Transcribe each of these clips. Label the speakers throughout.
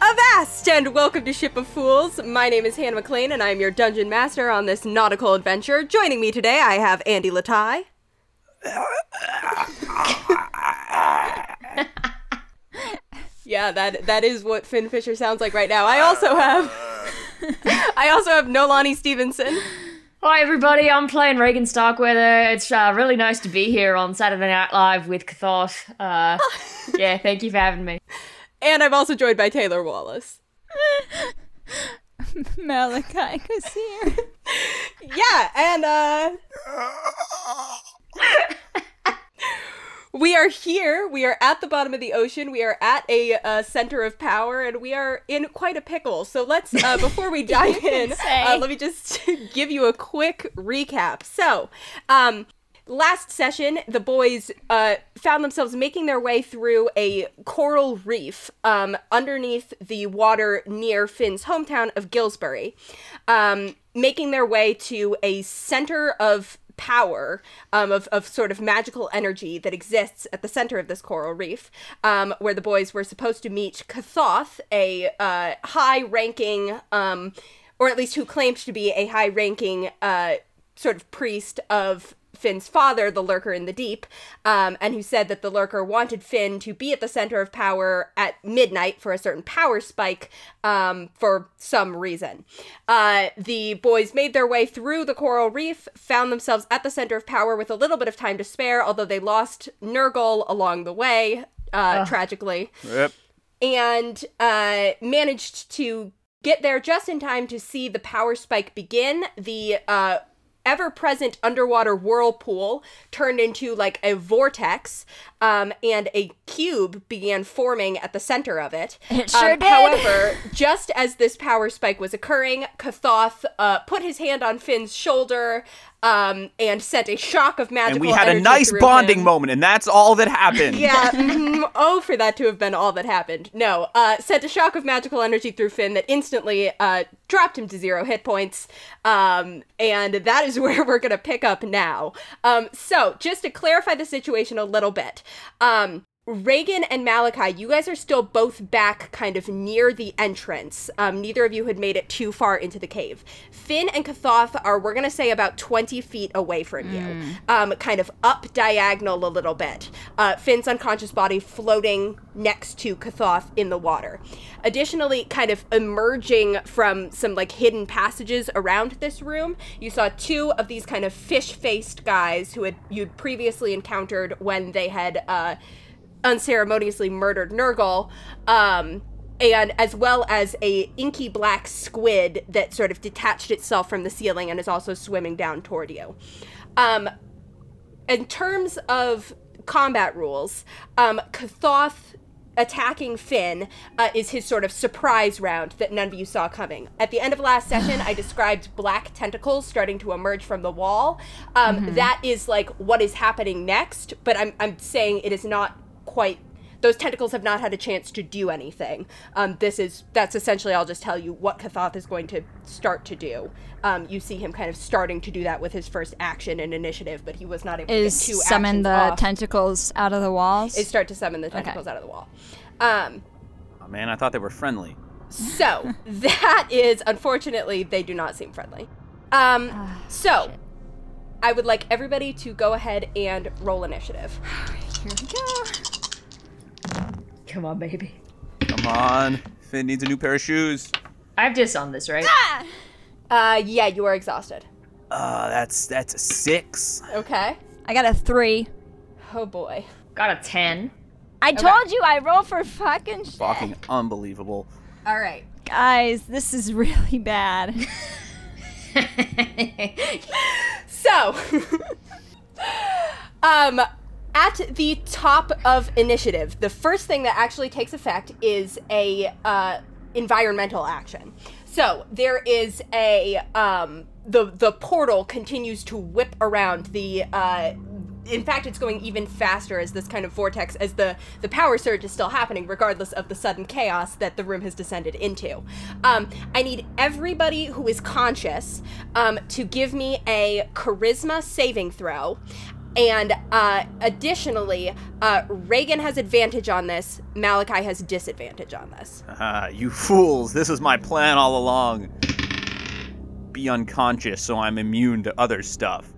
Speaker 1: guest, and welcome to Ship of Fools. My name is Hannah McLean, and I am your dungeon master on this nautical adventure. Joining me today, I have Andy Latai. yeah, that that is what Finn Fisher sounds like right now. I also have, I also have Nolani Stevenson.
Speaker 2: Hi everybody, I'm playing Regan Starkweather. It's uh, really nice to be here on Saturday Night Live with Kathos. Uh, yeah, thank you for having me.
Speaker 1: And I'm also joined by Taylor Wallace.
Speaker 3: Malachi was here.
Speaker 1: Yeah, and uh We are here. We are at the bottom of the ocean. We are at a uh, center of power, and we are in quite a pickle. So let's, uh, before we dive in, uh,
Speaker 3: say.
Speaker 1: let me just give you a quick recap. So, um, last session, the boys uh, found themselves making their way through a coral reef um, underneath the water near Finn's hometown of Gillsbury, um, making their way to a center of power um, of, of sort of magical energy that exists at the center of this coral reef um, where the boys were supposed to meet kathoth a uh, high-ranking um, or at least who claimed to be a high-ranking uh, sort of priest of Finn's father, the Lurker in the Deep, um, and who said that the Lurker wanted Finn to be at the center of power at midnight for a certain power spike um, for some reason. Uh, the boys made their way through the coral reef, found themselves at the center of power with a little bit of time to spare, although they lost Nurgle along the way, uh, tragically
Speaker 4: Yep.
Speaker 1: and uh, managed to get there just in time to see the power spike begin. The uh, ever present underwater whirlpool turned into like a vortex, um, and a cube began forming at the center of it. Um,
Speaker 3: It sure did.
Speaker 1: However, just as this power spike was occurring, Kathoth uh, put his hand on Finn's shoulder. Um, and sent a shock of magical
Speaker 4: And we had a
Speaker 1: energy
Speaker 4: nice
Speaker 1: through
Speaker 4: bonding
Speaker 1: him.
Speaker 4: moment, and that's all that happened.
Speaker 1: Yeah. mhm. Oh, for that to have been all that happened. No. Uh, sent a shock of magical energy through Finn that instantly uh, dropped him to zero hit points. Um, and that is where we're going to pick up now. Um, so, just to clarify the situation a little bit. Um, Reagan and Malachi, you guys are still both back kind of near the entrance. Um, neither of you had made it too far into the cave. Finn and Kathoth are, we're going to say, about 20 feet away from you, um, kind of up diagonal a little bit. Uh, Finn's unconscious body floating next to Kathoth in the water. Additionally, kind of emerging from some like hidden passages around this room, you saw two of these kind of fish faced guys who had you'd previously encountered when they had. Uh, unceremoniously murdered Nurgle, um, and as well as a inky black squid that sort of detached itself from the ceiling and is also swimming down toward you. Um, in terms of combat rules, um, Kathoth attacking Finn uh, is his sort of surprise round that none of you saw coming. At the end of last session, I described black tentacles starting to emerge from the wall. Um, that is like what is happening next, but I'm, I'm saying it is not quite. Those tentacles have not had a chance to do anything. Um, this is that's essentially. I'll just tell you what Kathoth is going to start to do. Um, you see him kind of starting to do that with his first action and initiative, but he was not able
Speaker 3: Is
Speaker 1: to get two
Speaker 3: summon
Speaker 1: actions
Speaker 3: the
Speaker 1: off
Speaker 3: tentacles out of the walls?
Speaker 1: is start to summon the tentacles out of the wall. Um,
Speaker 4: Oh, man, I thought they were friendly.
Speaker 1: so that is unfortunately they do not seem friendly. Um,
Speaker 3: Ah,
Speaker 1: so I would like everybody to go ahead and roll initiative.
Speaker 3: Here we go.
Speaker 2: Come on, baby.
Speaker 4: Come on. Finn needs a new pair of shoes.
Speaker 2: I have dis on this, right?
Speaker 3: Ah!
Speaker 1: Uh, yeah, you are exhausted.
Speaker 4: Uh, that's that's a six.
Speaker 1: Okay.
Speaker 3: I got a three.
Speaker 1: Oh boy.
Speaker 2: Got a ten.
Speaker 3: I told you I roll for fucking shit.
Speaker 4: Fucking unbelievable.
Speaker 1: All right.
Speaker 3: Guys, this is really bad.
Speaker 1: So, um, at the top of initiative, the first thing that actually takes effect is a uh, environmental action. So there is a um, the the portal continues to whip around the. Uh, in fact, it's going even faster as this kind of vortex, as the, the power surge is still happening, regardless of the sudden chaos that the room has descended into. Um, I need everybody who is conscious um, to give me a charisma saving throw. And uh, additionally, uh, Reagan has advantage on this. Malachi has disadvantage on this.
Speaker 4: Ah, you fools! This was my plan all along. Be unconscious so I'm immune to other stuff.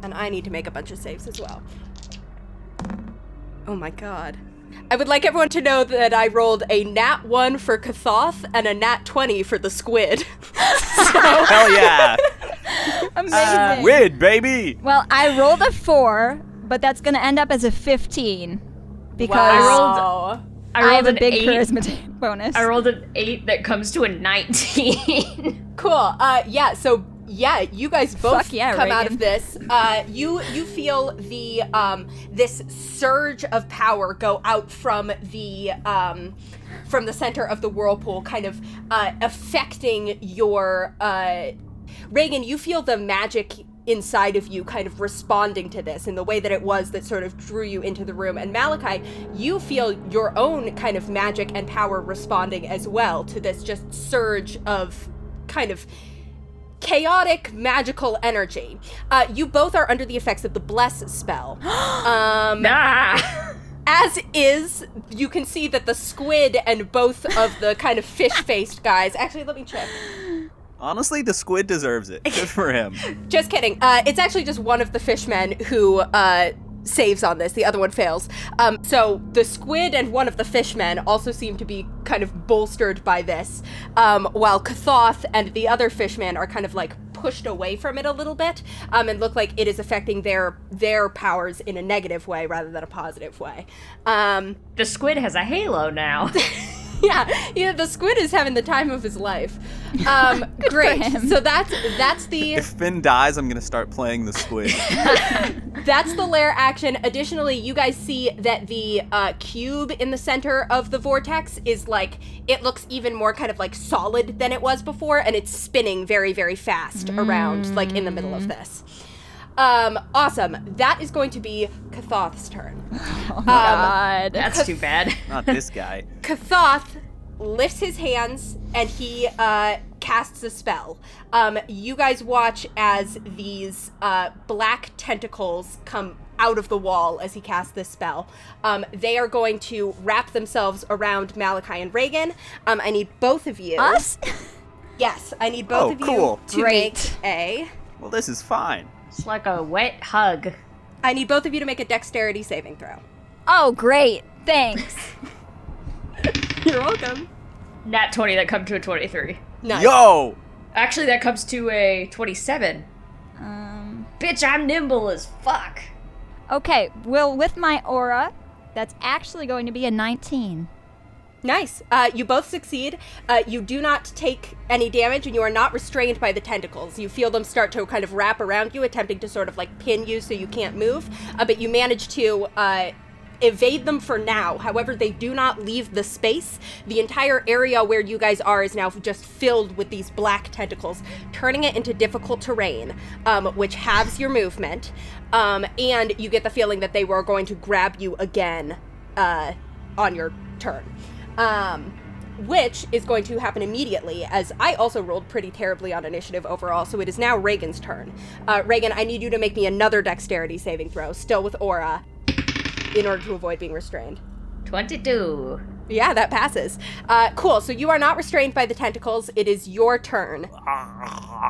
Speaker 1: And I need to make a bunch of saves as well. Oh my god. I would like everyone to know that I rolled a nat 1 for Kathoth and a nat 20 for the squid. so,
Speaker 4: Hell yeah!
Speaker 3: Amazing.
Speaker 4: Squid, baby!
Speaker 3: well, I rolled a four, but that's gonna end up as a fifteen because
Speaker 1: wow.
Speaker 2: I
Speaker 3: I
Speaker 2: rolled
Speaker 3: have a
Speaker 2: an
Speaker 3: big
Speaker 2: eight.
Speaker 3: charisma t- bonus.
Speaker 2: I rolled an eight that comes to a nineteen.
Speaker 1: Cool. Uh, yeah. So yeah, you guys both
Speaker 3: Fuck yeah,
Speaker 1: come out
Speaker 3: Reagan.
Speaker 1: of this. Uh, you you feel the um this surge of power go out from the um from the center of the whirlpool, kind of uh, affecting your uh Reagan. You feel the magic inside of you kind of responding to this in the way that it was that sort of drew you into the room and malachi you feel your own kind of magic and power responding as well to this just surge of kind of chaotic magical energy. Uh, you both are under the effects of the bless spell. um,
Speaker 2: ah.
Speaker 1: as is, you can see that the squid and both of the kind of fish-faced guys. Actually, let me check.
Speaker 4: Honestly, the squid deserves it. Good for him.
Speaker 1: Just kidding. Uh, it's actually just one of the fishmen who. Uh, saves on this the other one fails um, so the squid and one of the fishmen also seem to be kind of bolstered by this um, while Kathoth and the other fishmen are kind of like pushed away from it a little bit um, and look like it is affecting their their powers in a negative way rather than a positive way um,
Speaker 2: The squid has a halo now.
Speaker 1: yeah, yeah. The squid is having the time of his life. Um, great.
Speaker 3: him.
Speaker 1: So that's that's the
Speaker 4: If Finn dies, I'm gonna start playing the squid.
Speaker 1: that's the lair action. Additionally, you guys see that the uh, cube in the center of the vortex is like it looks even more kind of like solid than it was before, and it's spinning very very fast around like in the middle of this. Um, awesome. That is going to be Kathoth's turn. Um,
Speaker 3: oh God.
Speaker 2: That's too bad.
Speaker 4: Not this guy.
Speaker 1: Kathoth lifts his hands and he uh, casts a spell. Um, you guys watch as these uh, black tentacles come out of the wall as he casts this spell. Um, they are going to wrap themselves around Malachi and Reagan. Um, I need both of you.
Speaker 3: Us?
Speaker 1: Yes, I need both
Speaker 4: Oh,
Speaker 1: of you
Speaker 4: cool.
Speaker 1: to
Speaker 3: Great.
Speaker 1: make a.
Speaker 4: Well, this is fine.
Speaker 2: It's like a wet hug.
Speaker 1: I need both of you to make a dexterity saving throw.
Speaker 3: Oh, great. Thanks.
Speaker 1: You're welcome.
Speaker 2: Nat twenty that come to a twenty-three.
Speaker 1: Nice.
Speaker 4: Yo!
Speaker 2: Actually, that comes to a twenty-seven.
Speaker 3: Um,
Speaker 2: Bitch, I'm nimble as fuck.
Speaker 3: okay, well, with my aura, that's actually going to be a 19.
Speaker 1: Nice. Uh, you both succeed. Uh, you do not take any damage, and you are not restrained by the tentacles. You feel them start to kind of wrap around you, attempting to sort of like pin you so you can't move. Uh, but you manage to uh, evade them for now. However, they do not leave the space. The entire area where you guys are is now just filled with these black tentacles, turning it into difficult terrain, um, which halves your movement. Um, and you get the feeling that they were going to grab you again uh, on your turn um, which is going to happen immediately, as I also rolled pretty terribly on initiative overall, so it is now Reagan's turn. Uh, Reagan, I need you to make me another dexterity saving throw, still with aura, in order to avoid being restrained.
Speaker 2: Twenty-two.
Speaker 1: Yeah, that passes. Uh, cool, so you are not restrained by the tentacles. It is your turn.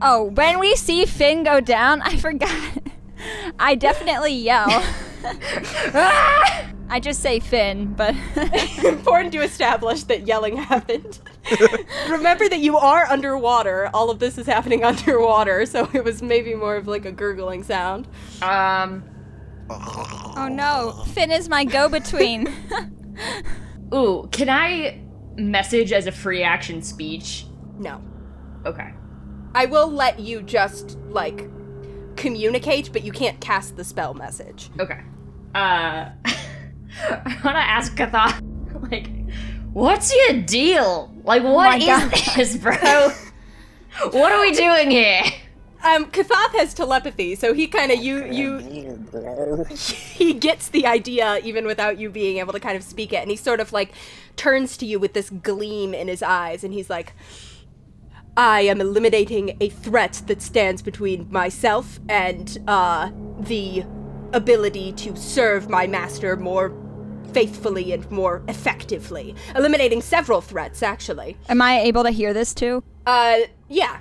Speaker 3: Oh, when we see Finn go down, I forgot. I definitely yell. I just say Finn, but
Speaker 1: Important to establish that yelling happened. Remember that you are underwater. All of this is happening underwater, so it was maybe more of like a gurgling sound.
Speaker 2: Um.
Speaker 3: oh no, Finn is my go-between.
Speaker 2: Ooh, can I message as a free action speech?
Speaker 1: No.
Speaker 2: Okay.
Speaker 1: I will let you just like communicate, but you can't cast the spell message.
Speaker 2: Okay. Uh, I want to ask Katha, like, what's your deal? Like, what is
Speaker 3: God.
Speaker 2: this, bro? what are we doing here?
Speaker 1: Um, Kathoth has telepathy, so he kind of you you he gets the idea even without you being able to kind of speak it, and he sort of like turns to you with this gleam in his eyes, and he's like, I am eliminating a threat that stands between myself and uh, the ability to serve my master more faithfully and more effectively. Eliminating several threats, actually.
Speaker 3: Am I able to hear this too?
Speaker 1: Uh, yeah.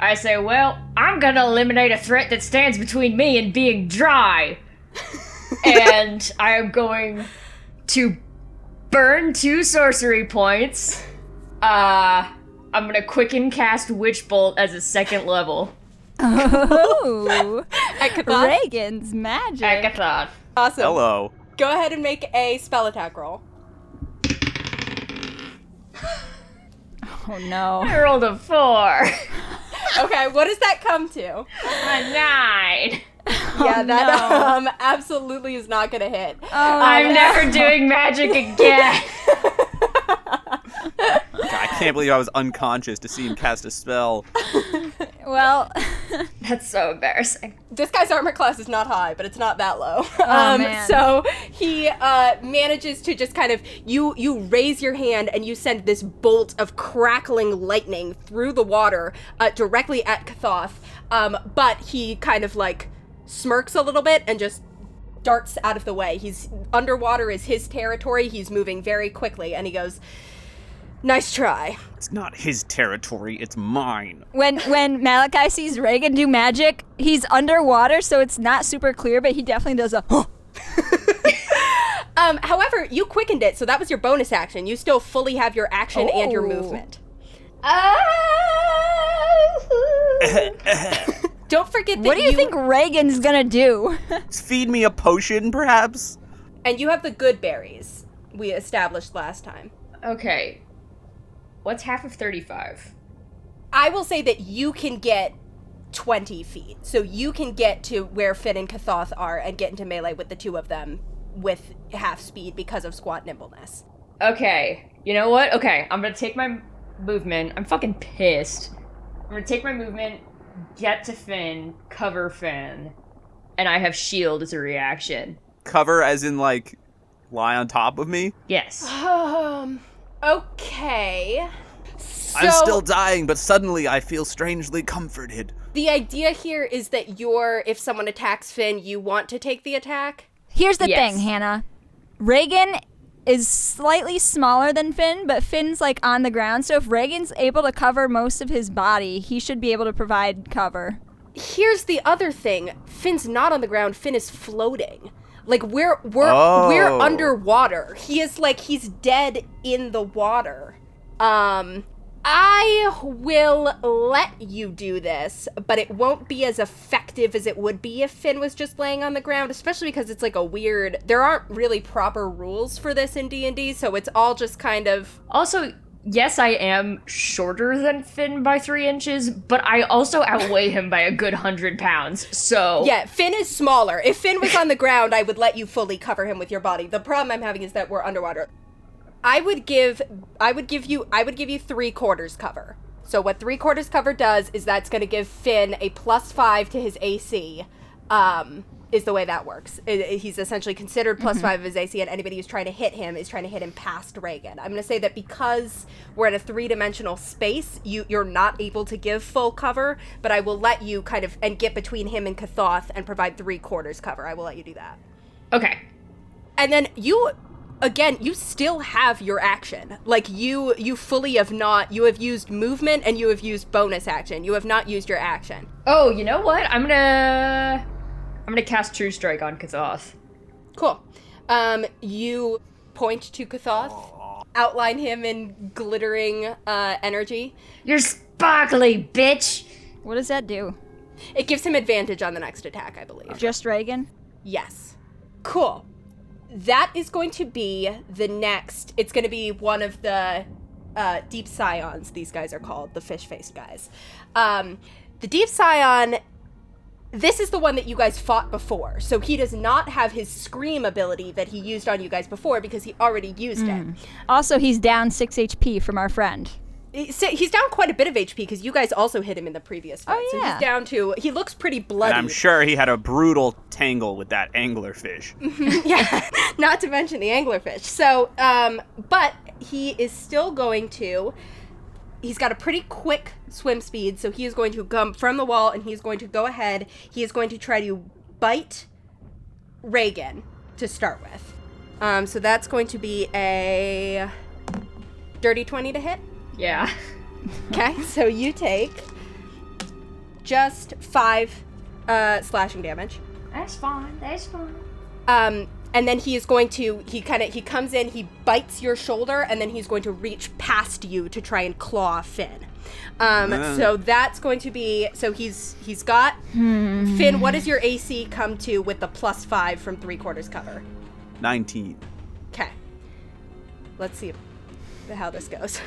Speaker 2: I say, well, I'm gonna eliminate a threat that stands between me and being dry. and I am going to burn two sorcery points. Uh, I'm gonna quicken cast Witch Bolt as a second level.
Speaker 3: Oh,
Speaker 1: Akathon?
Speaker 3: Reagan's magic.
Speaker 2: Agathon.
Speaker 1: Awesome.
Speaker 4: Hello.
Speaker 1: Go ahead and make a spell attack roll.
Speaker 3: Oh no.
Speaker 2: I rolled a four.
Speaker 1: Okay, what does that come to?
Speaker 2: a nine.
Speaker 1: yeah, that
Speaker 3: no.
Speaker 1: um, absolutely is not gonna hit.
Speaker 3: Oh,
Speaker 2: I'm never doing magic again.
Speaker 4: God, I can't believe I was unconscious to see him cast a spell.
Speaker 3: Well,
Speaker 2: That's so embarrassing.
Speaker 1: this guy's armor class is not high, but it's not that low. um,
Speaker 3: Oh, man.
Speaker 1: So he uh, manages to just kind of you you raise your hand and you send this bolt of crackling lightning through the water uh, directly at Kathoth. Um, but he kind of like smirks a little bit and just darts out of the way. He's underwater is his territory. He's moving very quickly, and he goes, "Nice try."
Speaker 4: It's not his territory, it's mine.
Speaker 3: when when Malachi sees Reagan do magic, he's underwater, so it's not super clear, but he definitely does a.
Speaker 1: Um, however, you quickened it, so that was your bonus action. You still fully have your action and your
Speaker 3: Oh.
Speaker 1: movement. Don't forget that
Speaker 3: What do you think Reagan's gonna do?
Speaker 4: Feed me a potion, perhaps?
Speaker 1: and you have the good berries we established last time.
Speaker 2: Okay. What's half of 35?
Speaker 1: I will say that you can get 20 feet. So you can get to where Finn and Kathoth are and get into melee with the two of them with half speed because of squat nimbleness.
Speaker 2: Okay. You know what? Okay, I'm gonna take my movement. I'm fucking pissed. I'm gonna take my movement, get to Finn, cover Finn, and I have shield as a reaction.
Speaker 4: Cover as in like lie on top of me?
Speaker 2: Yes.
Speaker 1: Um, okay.
Speaker 4: I'm
Speaker 1: So-
Speaker 4: still dying, but suddenly I feel strangely comforted.
Speaker 1: The idea here is that you're, if someone attacks Finn, you want to take the attack.
Speaker 3: Here's the
Speaker 2: Yes.
Speaker 3: thing, Hannah. Reagan is slightly smaller than Finn, but Finn's like on the ground, so if Reagan's able to cover most of his body, he should be able to provide cover.
Speaker 1: Here's the other thing: Finn's not on the ground. Finn is floating. Like we're we're we're
Speaker 4: Oh.
Speaker 1: underwater. He is like he's dead in the water. Um, I will let you do this, but it won't be as effective as it would be if Finn was just laying on the ground. Especially because it's like a weird. There aren't really proper rules for this in D and D, so it's all just kind of
Speaker 2: Also, yes, I am shorter than Finn by three inches, but I also outweigh him by a good hundred pounds. So
Speaker 1: Yeah, Finn is smaller. If Finn was on the ground, I would let you fully cover him with your body. The problem I'm having is that we're underwater. I would give I would give you I would give you 3 quarters cover. So what 3 quarters cover does is that's going to give Finn a plus 5 to his AC. Um is the way that works. I- I- he's essentially considered plus five of his AC, and anybody who's trying to hit him is trying to hit him past Reagan. I'm going to say that because we're in a three dimensional space, you you're not able to give full cover, but I will let you kind of and get between him and Kathoth and provide three quarters cover. I will let you do that.
Speaker 2: Okay.
Speaker 1: And then you again, you still have your action. Like you you fully have not you have used movement and you have used bonus action. You have not used your action.
Speaker 2: Oh, you know what? I'm gonna I'm gonna cast True Strike on Kathoth.
Speaker 1: Cool. Um, you point to Kathoth, outline him in glittering uh, energy.
Speaker 2: You're sparkly, bitch!
Speaker 3: What does that do?
Speaker 1: It gives him advantage on the next attack, I believe.
Speaker 3: Just Reagan?
Speaker 1: Yes. Cool. That is going to be the next. It's going to be one of the uh, deep scions. These guys are called the fish-faced guys. Um, the deep scion this is the one that you guys fought before. So he does not have his scream ability that he used on you guys before because he already used
Speaker 3: Mm.
Speaker 1: it.
Speaker 3: Also, he's down 6 HP from our friend.
Speaker 1: So he's down quite a bit of HP because you guys also hit him in the previous fight.
Speaker 3: Oh,
Speaker 1: So
Speaker 3: yeah.
Speaker 1: he's down to. He looks pretty bloody.
Speaker 4: And I'm sure he had a brutal tangle with that anglerfish.
Speaker 1: yeah. Not to mention the anglerfish. So, um, but he is still going to he's got a pretty quick swim speed, so he is going to come from the wall and he's going to go ahead. He is going to try to bite Reagan to start with. Um, so that's going to be a dirty 20 to hit.
Speaker 2: Yeah.
Speaker 1: Okay, so you take just five uh, slashing damage.
Speaker 2: That's fine. That's fine.
Speaker 1: Um, and then he is going to he kind of he comes in, he bites your shoulder, and then he's going to reach past you to try and claw Finn. Um,
Speaker 4: Ah.
Speaker 1: So that's going to be so he's he's got
Speaker 2: Hmm.
Speaker 1: Finn. What does your AC come to with the plus five from three quarters cover?
Speaker 4: 19.
Speaker 1: Okay, let's see how this goes.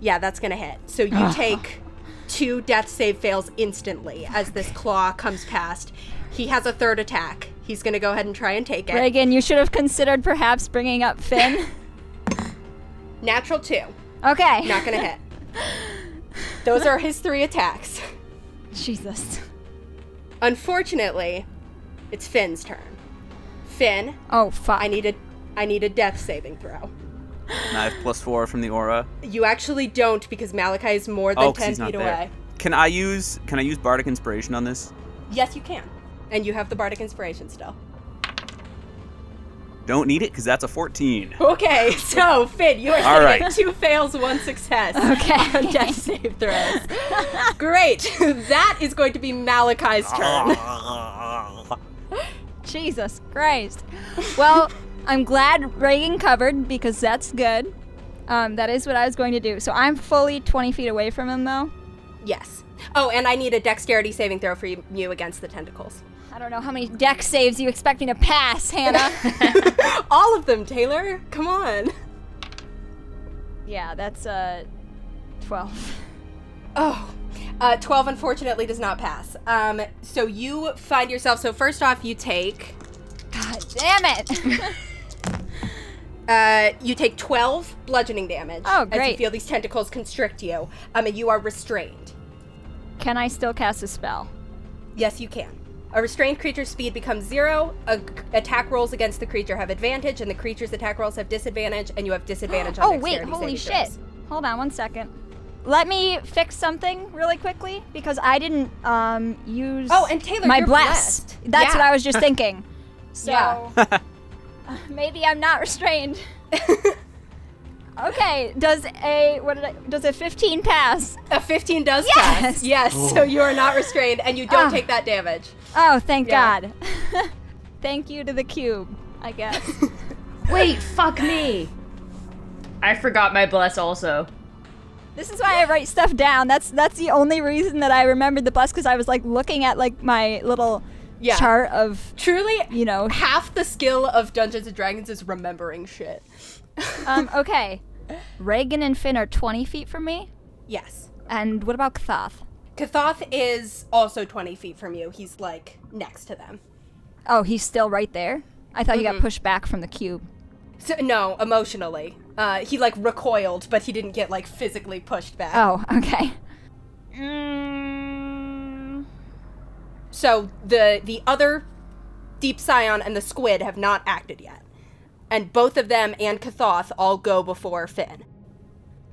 Speaker 1: yeah, that's gonna hit. So you take two death save fails instantly as this claw comes past. He has a third attack. He's gonna go ahead and try and take it.
Speaker 3: Reagan, you should have considered perhaps bringing up Finn.
Speaker 1: Natural two,
Speaker 3: Okay.
Speaker 1: not gonna hit. Those are his three attacks.
Speaker 3: Jesus.
Speaker 1: Unfortunately, it's Finn's turn. Finn,
Speaker 3: Oh fuck.
Speaker 1: I need a, I need a death saving throw.
Speaker 4: And I have plus four from the aura.
Speaker 1: You actually don't because Malachi is more than
Speaker 4: Oh, 'cause
Speaker 1: ten
Speaker 4: he's not
Speaker 1: feet
Speaker 4: there.
Speaker 1: away.
Speaker 4: Can I use Can I use bardic inspiration on this?
Speaker 1: Yes, you can. And you have the bardic inspiration still.
Speaker 4: Don't need it because that's a 14.
Speaker 1: Okay, so Finn, you are
Speaker 4: All
Speaker 1: sitting at
Speaker 4: right.
Speaker 1: two fails, one success.
Speaker 3: Okay.
Speaker 1: On death save throws. Great. That is going to be Malachi's
Speaker 4: Ah.
Speaker 1: turn.
Speaker 3: Jesus Christ. Well, I'm glad Reagan covered because that's good. Um, that is what I was going to do. So I'm fully 20 feet away from him, though.
Speaker 1: yes. Oh, and I need a dexterity saving throw for you, you against the tentacles.
Speaker 3: I don't know how many deck saves you expect me to pass, Hannah.
Speaker 1: All of them, Taylor. Come on.
Speaker 3: yeah, that's uh, 12.
Speaker 1: Oh. Uh, 12 unfortunately does not pass. Um, so you find yourself. So, first off, you take.
Speaker 3: God damn it.
Speaker 1: Uh, you take 12 bludgeoning damage.
Speaker 3: Oh,
Speaker 1: As you
Speaker 3: great.
Speaker 1: feel these tentacles constrict you, um, and you are restrained.
Speaker 3: Can I still cast a spell?
Speaker 1: Yes, you can. A restrained creature's speed becomes zero. A- attack rolls against the creature have advantage, and the creature's attack rolls have disadvantage, and you have disadvantage on
Speaker 3: oh, wait,
Speaker 1: dexterity
Speaker 3: holy
Speaker 1: saving
Speaker 3: shit.
Speaker 1: throws.
Speaker 3: Hold on one second. Let me fix something really quickly because I didn't um, use
Speaker 1: Oh, and Taylor,
Speaker 3: my
Speaker 1: you're
Speaker 3: blast.
Speaker 1: blessed.
Speaker 3: That's
Speaker 1: Yeah.
Speaker 3: what I was just thinking. So
Speaker 1: Yeah.
Speaker 3: maybe I'm not restrained. okay, does a what did I, does a 15 pass?
Speaker 1: A 15 does
Speaker 3: Yes!
Speaker 1: pass. Yes, so you are not restrained, and you don't
Speaker 3: Ah.
Speaker 1: take that damage.
Speaker 3: Oh, thank
Speaker 1: Yeah.
Speaker 3: God. thank you to the cube, I guess.
Speaker 2: Wait, fuck me. I forgot my bless also.
Speaker 3: This is why I write stuff down. That's that's the only reason that I remembered the bus because I was like looking at like my little
Speaker 1: Yeah.
Speaker 3: chart of
Speaker 1: Truly,
Speaker 3: you know.
Speaker 1: half the skill of Dungeons and Dragons is remembering shit.
Speaker 3: Um, okay, Reagan and Finn are twenty feet from me,
Speaker 1: Yes.
Speaker 3: and what about Kathoth?
Speaker 1: Kathoth is also 20 feet from you. He's like next to them.
Speaker 3: Oh, he's still right there. I thought he got pushed back from the cube.
Speaker 1: So, no, emotionally. Uh, he like recoiled, but he didn't get like physically pushed back.
Speaker 3: Oh, okay.
Speaker 1: Mm. So the the other deep scion and the squid have not acted yet, and both of them and Kathoth all go before Finn.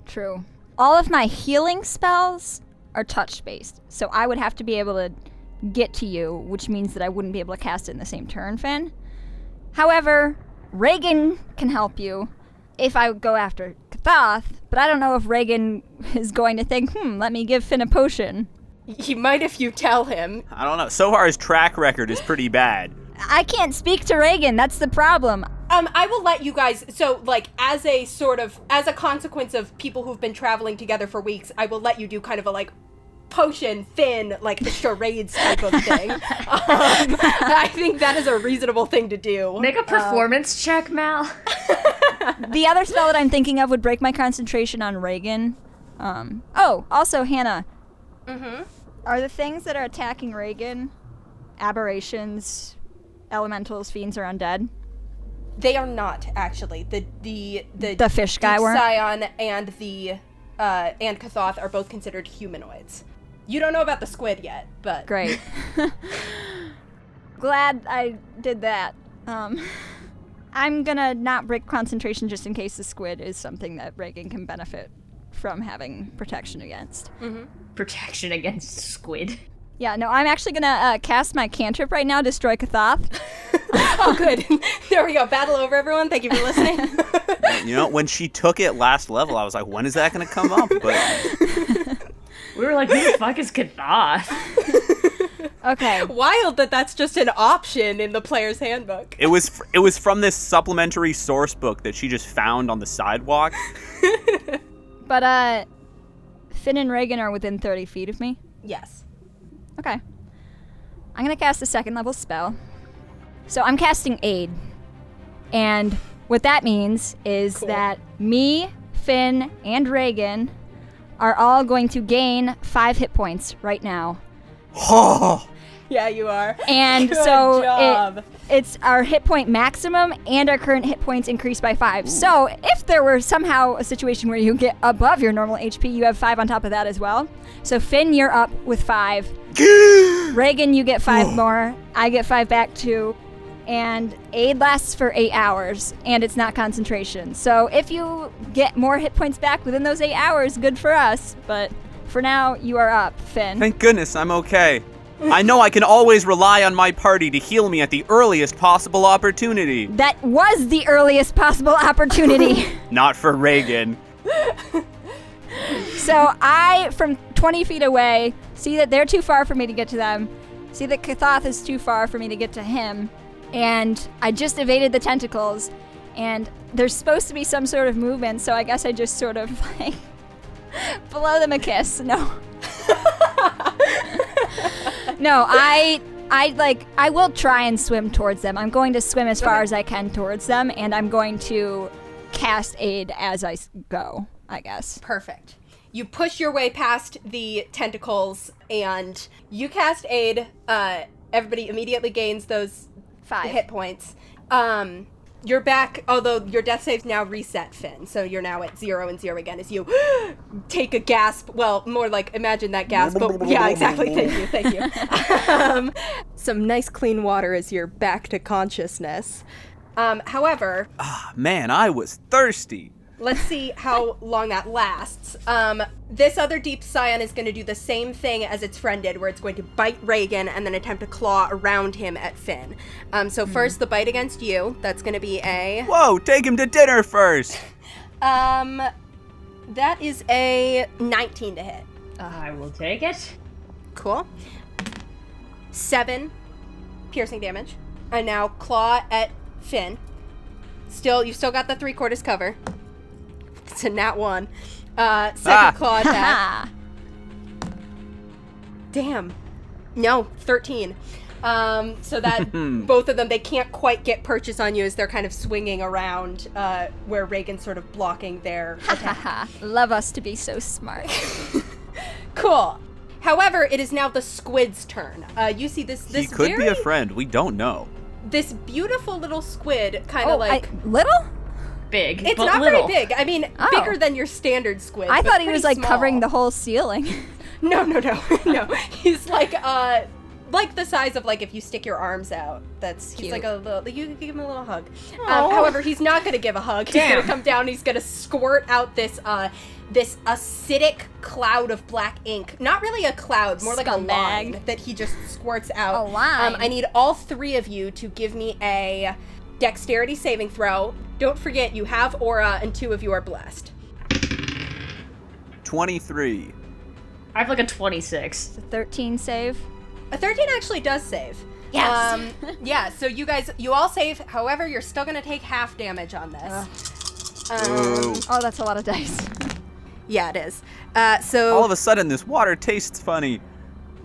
Speaker 3: True. All of my healing spells are touch based, so I would have to be able to get to you, which means that I wouldn't be able to cast it in the same turn, Finn. However, Reagan can help you if I go after Kathoth, but I don't know if Reagan is going to think, hmm, let me give Finn a potion.
Speaker 1: He might if you tell him.
Speaker 4: I don't know. So far, his track record is pretty bad.
Speaker 3: I can't speak to Reagan, that's the problem.
Speaker 1: Um, I will let you guys. So like as a sort of as a consequence of people who've been traveling together for weeks, I will let you do kind of a like potion Finn like charades type of thing. um, I think that is a reasonable thing to do.
Speaker 2: Make a performance check, Mal.
Speaker 3: The other spell that I'm thinking of would break my concentration on Reagan. Um, oh, also Hannah. Are the things that are attacking Reagan aberrations, elementals, fiends, or undead?
Speaker 1: They are not actually the the the
Speaker 3: The fish guy
Speaker 1: Deep
Speaker 3: weren't?
Speaker 1: Scion and the uh, and Kathoth are both considered humanoids. You don't know about the squid yet, but
Speaker 3: Great. Glad I did that. Um, I'm gonna not break concentration just in case the squid is something that Reagan can benefit from having protection against.
Speaker 2: Protection against squid.
Speaker 3: Yeah, no, I'm actually gonna uh, cast my cantrip right now, destroy Kathoth.
Speaker 1: oh, good. there we go. Battle over, everyone. Thank you for listening.
Speaker 4: You know, when she took it last level, I was like, when is that going to come up? But
Speaker 2: We were like, who the fuck is Kathoth?
Speaker 3: Okay,
Speaker 1: Wild that that's just an option in the player's handbook.
Speaker 4: it was fr- it was from this supplementary source book that she just found on the sidewalk.
Speaker 3: but uh, Finn and Reagan are within 30 feet of me.
Speaker 1: Yes.
Speaker 3: Okay. I'm gonna cast a second level spell. So I'm casting aid. And what that means is
Speaker 1: Cool.
Speaker 3: that me, Finn, and Reagan are all going to gain five hit points right now.
Speaker 4: Oh,
Speaker 1: Yeah, you are.
Speaker 3: And
Speaker 1: Good
Speaker 3: so it-
Speaker 1: job.
Speaker 3: it's our hit point maximum and our current hit points increased by five. So if there were somehow a situation where you get above your normal HP, you have five on top of that as well. So Finn, you're up with five. Reagan, you get five more. I get five back too. And aid lasts for eight hours, and it's not concentration. So if you get more hit points back within those eight hours, good for us. But for now, you are up, Finn.
Speaker 4: thank goodness I'm okay. I know I can always rely on my party to heal me at the earliest possible opportunity.
Speaker 3: that was the earliest possible opportunity.
Speaker 4: Not for Reagan.
Speaker 3: So I, from 20 feet away, see that they're too far for me to get to them, see that Kathoth is too far for me to get to him, and I just evaded the tentacles, and there's supposed to be some sort of movement, so I guess I just sort of like blow them a kiss. No. no, I. I like I will try and swim towards them. I'm going to swim as far as I can towards them and I'm going to cast aid as I s- go, I guess.
Speaker 1: Perfect. You push your way past the tentacles and you cast aid. Uh, everybody immediately gains those
Speaker 3: Five.
Speaker 1: hit points. Um, you're back, although your death save's now reset, Finn. So you're now at zero and zero again as you take a gasp. Well, more like imagine that gasp, but yeah, exactly. Thank you, thank you. um, some nice clean water as you're back to consciousness. Um, however,
Speaker 4: Man, I was thirsty.
Speaker 1: Let's see how long that lasts. Um, this other deep scion is going to do the same thing as its friend did, where it's going to bite Reagan and then attempt to claw around him at Finn. Um, so first, the bite against you. That's going to be a.
Speaker 4: Whoa, take him to dinner first.
Speaker 1: Um, that is a 19 to hit.
Speaker 2: I will take it.
Speaker 1: Cool. Seven piercing damage. I now claw at Finn. Still, you've still got the three quarters cover. It's a nat one. Uh, second
Speaker 4: Ah.
Speaker 1: claw attack.
Speaker 3: Ah.
Speaker 1: Damn. No, 13. Um, so that
Speaker 4: Hmm.
Speaker 1: both of them, they can't quite get purchase on you as they're kind of swinging around uh, where Reagan's sort of blocking their attack.
Speaker 3: Haha. Love us to be so smart.
Speaker 1: Cool. However, it is now the squid's turn. Uh, you see this this
Speaker 4: he could
Speaker 1: very,
Speaker 4: be a friend. We don't know.
Speaker 1: this beautiful little squid, kind of
Speaker 3: oh,
Speaker 1: like
Speaker 3: I, little?
Speaker 2: Big.
Speaker 1: it's
Speaker 2: but
Speaker 1: not
Speaker 2: little.
Speaker 1: very big. I mean,
Speaker 3: Oh.
Speaker 1: bigger than your standard squid.
Speaker 3: I
Speaker 1: but
Speaker 3: thought he was like
Speaker 1: pretty
Speaker 3: covering the
Speaker 1: small.
Speaker 3: whole ceiling.
Speaker 1: No, no, no, no. He's like uh, like the size of like if you stick your arms out. That's he's
Speaker 3: Cute.
Speaker 1: like a little. You could give him a little hug.
Speaker 2: Aw.
Speaker 1: Um, however, he's not gonna give a hug. He's
Speaker 2: Damn.
Speaker 1: gonna come down. He's gonna squirt out this uh, this acidic cloud of black ink. Not really a cloud, more like a
Speaker 3: Scumbag.
Speaker 1: line that he just squirts out.
Speaker 3: A line.
Speaker 1: Um, I need all three of you to give me a dexterity saving throw. Don't forget, you have aura, and two of you are blessed.
Speaker 4: 23.
Speaker 2: I have like a 26.
Speaker 3: The 13 save.
Speaker 1: A 13 actually does save.
Speaker 3: Yes.
Speaker 1: Um, yeah, so you guys, you all save. However, you're still going to take half damage on this. Um,
Speaker 4: Ooh.
Speaker 3: Oh, that's a lot of dice.
Speaker 1: yeah, it is. Uh, so,
Speaker 4: All of a sudden, this water tastes funny.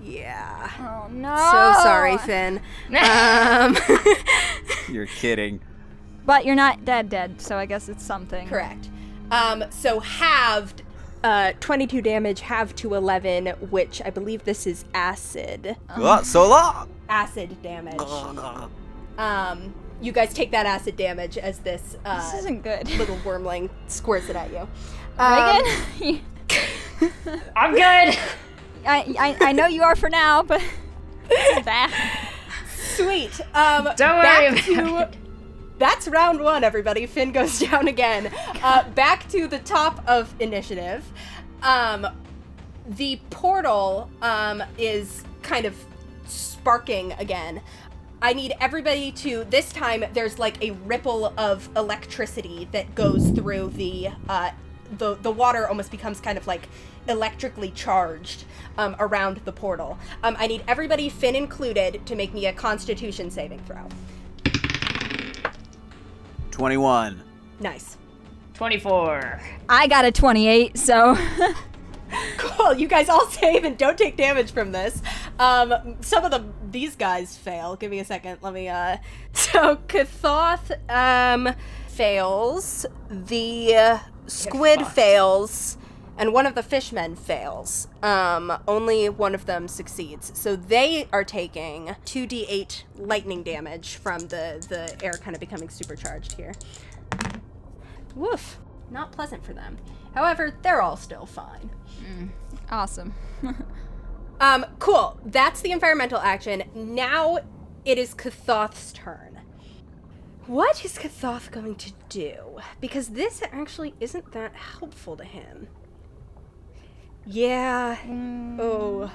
Speaker 1: yeah.
Speaker 3: Oh no.
Speaker 1: So sorry, Finn. Um,
Speaker 4: You're kidding.
Speaker 3: But you're not dead, dead. So I guess it's something.
Speaker 1: correct. Um, so halved, uh, 22 damage, halved to 11, which I believe this is acid.
Speaker 2: Um.
Speaker 4: Ah, so long.
Speaker 1: Acid damage. Um, you guys take that acid damage as this, uh,
Speaker 3: This isn't good.
Speaker 1: little wormling squirts it at you. Um,
Speaker 3: Reagan,
Speaker 2: I'm good.
Speaker 3: I, I I know you are for now, but this is bad.
Speaker 1: Sweet. Um,
Speaker 2: Don't worry
Speaker 1: back
Speaker 2: about
Speaker 1: to That's round one, everybody. Finn goes down again. Uh, back to the top of initiative. Um, the portal um, is kind of sparking again. I need everybody to. This time, there's like a ripple of electricity that goes through the uh, the the water. Almost becomes kind of like electrically charged um, around the portal. Um, I need everybody, Finn included, to make me a Constitution saving throw.
Speaker 4: 21.
Speaker 1: Nice.
Speaker 2: 24.
Speaker 3: I got a 28, so
Speaker 1: Cool. You guys all save and don't take damage from this. Um, some of the these guys fail. Give me a second. Let me. Uh... So Kathoth um, fails. The squid fails, and one of the fishmen fails. Um, only one of them succeeds. So they are taking two d8 lightning damage from the the air kind of becoming supercharged here. Woof. Not pleasant for them. However, they're all still fine.
Speaker 3: awesome.
Speaker 1: Um, cool. That's the environmental action. Now it is Kathoth's turn. What is Kathoth going to do? Because this actually isn't that helpful to him. Yeah.
Speaker 3: Hmm.
Speaker 1: Oh.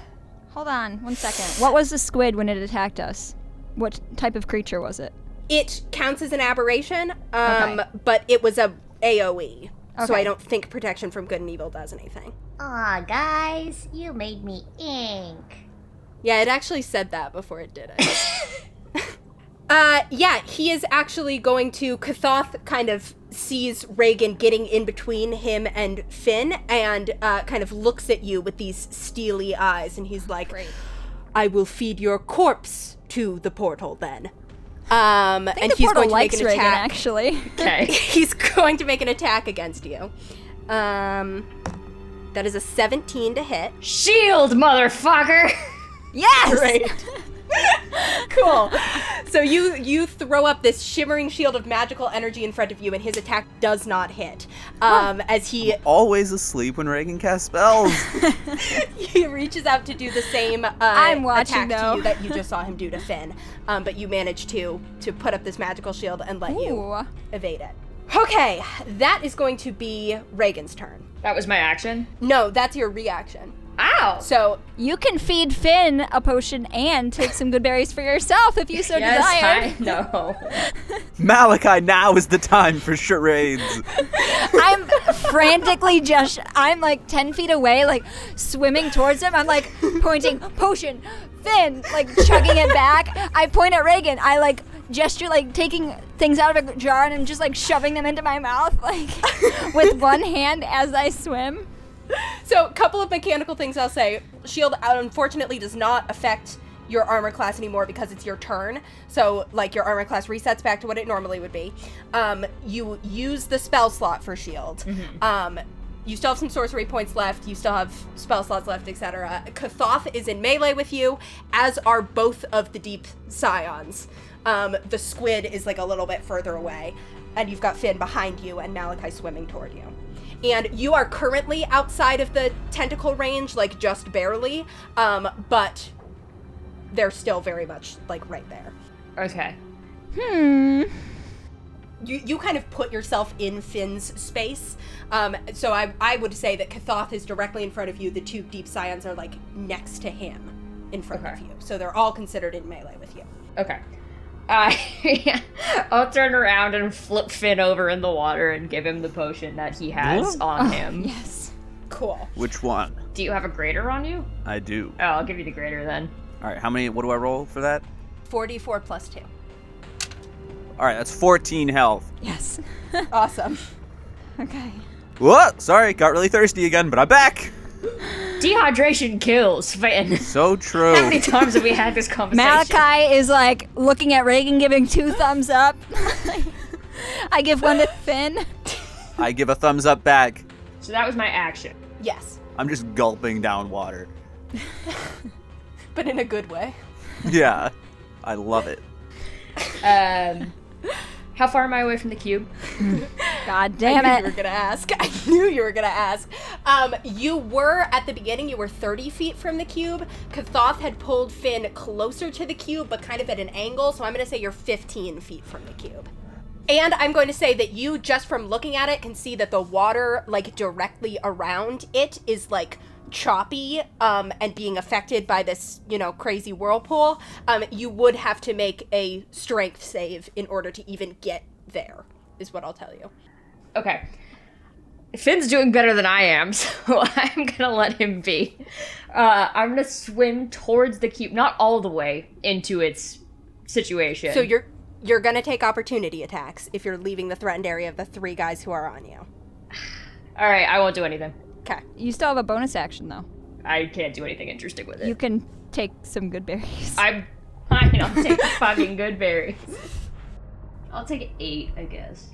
Speaker 3: Hold on, one second. What was the squid when it attacked us? What type of creature was it?
Speaker 1: It counts as an aberration, um,
Speaker 3: Okay.
Speaker 1: but it was a AoE. So I
Speaker 3: Okay.
Speaker 1: don't think protection from good and evil does anything.
Speaker 5: Aw, guys, you made me ink.
Speaker 1: Yeah, it actually said that before it did it. uh, yeah, he is actually going to. Kathoth kind of sees Reagan getting in between him and Finn and uh, kind of looks at you with these steely eyes, and he's like, I will feed your corpse to the portal then. Um, and
Speaker 3: the
Speaker 1: he's
Speaker 3: portal
Speaker 1: going to make
Speaker 3: likes
Speaker 1: an
Speaker 3: Reagan,
Speaker 1: attack.
Speaker 3: actually.
Speaker 2: Okay.
Speaker 1: he's going to make an attack against you. Um, that is a 17 to hit.
Speaker 2: Shield, motherfucker!
Speaker 3: yes!
Speaker 1: cool. So you you throw up this shimmering shield of magical energy in front of you, and his attack does not hit. Um, as he
Speaker 4: Always asleep when Reagan casts spells.
Speaker 1: he reaches out to do the same uh,
Speaker 3: I'm watching,
Speaker 1: attack to
Speaker 3: though.
Speaker 1: you that you just saw him do to Finn, um, but you manage to to put up this magical shield and let you
Speaker 3: Ooh.
Speaker 1: evade it. Okay, that is going to be Reagan's turn.
Speaker 2: That was my action.
Speaker 1: No, that's your reaction.
Speaker 2: Ow!
Speaker 1: So
Speaker 3: You can feed Finn a potion and take some good berries for yourself if you so desire.
Speaker 2: I know.
Speaker 4: Malachi, now is the time for charades.
Speaker 3: I'm frantically just, I'm like 10 feet away, like swimming towards him. I'm like pointing, potion, Finn, like chugging it back. I point at Reagan. I like gesture, like taking things out of a jar and I'm just like shoving them into my mouth, like with one hand as I swim.
Speaker 1: So, a couple of mechanical things I'll say. Shield uh, unfortunately does not affect your armor class anymore because it's your turn. So, like your armor class resets back to what it normally would be. Um, you use the spell slot for shield. Um, you still have some sorcery points left. You still have spell slots left, etc. Kathoth is in melee with you, as are both of the deep scions. Um, the squid is like a little bit further away, and you've got Finn behind you and Malachi swimming toward you and you are currently outside of the tentacle range, like just barely, um, but they're still very much like right there.
Speaker 2: okay.
Speaker 3: Hmm.
Speaker 1: You, you kind of put yourself in Finn's space. Um, so I, I would say that Kathoth is directly in front of you. The two deep scions are like next to him in front of
Speaker 2: Okay.
Speaker 1: you. So they're all considered in melee with you.
Speaker 2: Okay. I I'll turn around and flip Finn over in the water and give him the potion that he has on him.
Speaker 3: Yes.
Speaker 1: Cool.
Speaker 4: Which one?
Speaker 2: Do you have a grater on you?
Speaker 4: I do.
Speaker 2: Oh, I'll give you the grater then.
Speaker 4: All right, how many? What do I roll for that?
Speaker 1: 44 plus 2.
Speaker 4: All right, that's 14 health.
Speaker 3: Yes.
Speaker 1: Awesome.
Speaker 3: Okay.
Speaker 4: Whoa, sorry, got really thirsty again, but I'm back.
Speaker 2: Dehydration kills, Finn.
Speaker 4: So true.
Speaker 2: How many times have we had this conversation?
Speaker 3: Malachi is like looking at Reagan, giving two thumbs up. I give one to Finn.
Speaker 4: I give a thumbs up back.
Speaker 2: So that was my action.
Speaker 1: Yes,
Speaker 4: I'm just gulping down water.
Speaker 1: but in a good way.
Speaker 4: Yeah, I love it.
Speaker 2: Um, how far am I away from the cube?
Speaker 3: God damn
Speaker 1: I knew you
Speaker 3: it.
Speaker 1: were gonna ask. I knew you were gonna ask. Um, you were at the beginning. You were thirty feet from the cube. Kathoth had pulled Finn closer to the cube, but kind of at an angle. So I'm gonna say you're fifteen feet from the cube. And I'm going to say that you, just from looking at it, can see that the water, like directly around it, is like choppy um, and being affected by this, you know, crazy whirlpool. Um, you would have to make a strength save in order to even get there, is what I'll tell you.
Speaker 2: Okay. Finn's doing better than I am, so I'm gonna let him be. Uh, I'm gonna swim towards the keep, not all the way into its situation.
Speaker 1: So you're you're gonna take opportunity attacks if you're leaving the threatened area of the three guys who are on you.
Speaker 2: all right. I won't do anything.
Speaker 1: Okay.
Speaker 3: You still have a bonus action though.
Speaker 2: I can't do anything interesting with it.
Speaker 3: You can take some good berries.
Speaker 2: I'm fine. I'll take the fucking good berries. I'll take eight, I guess.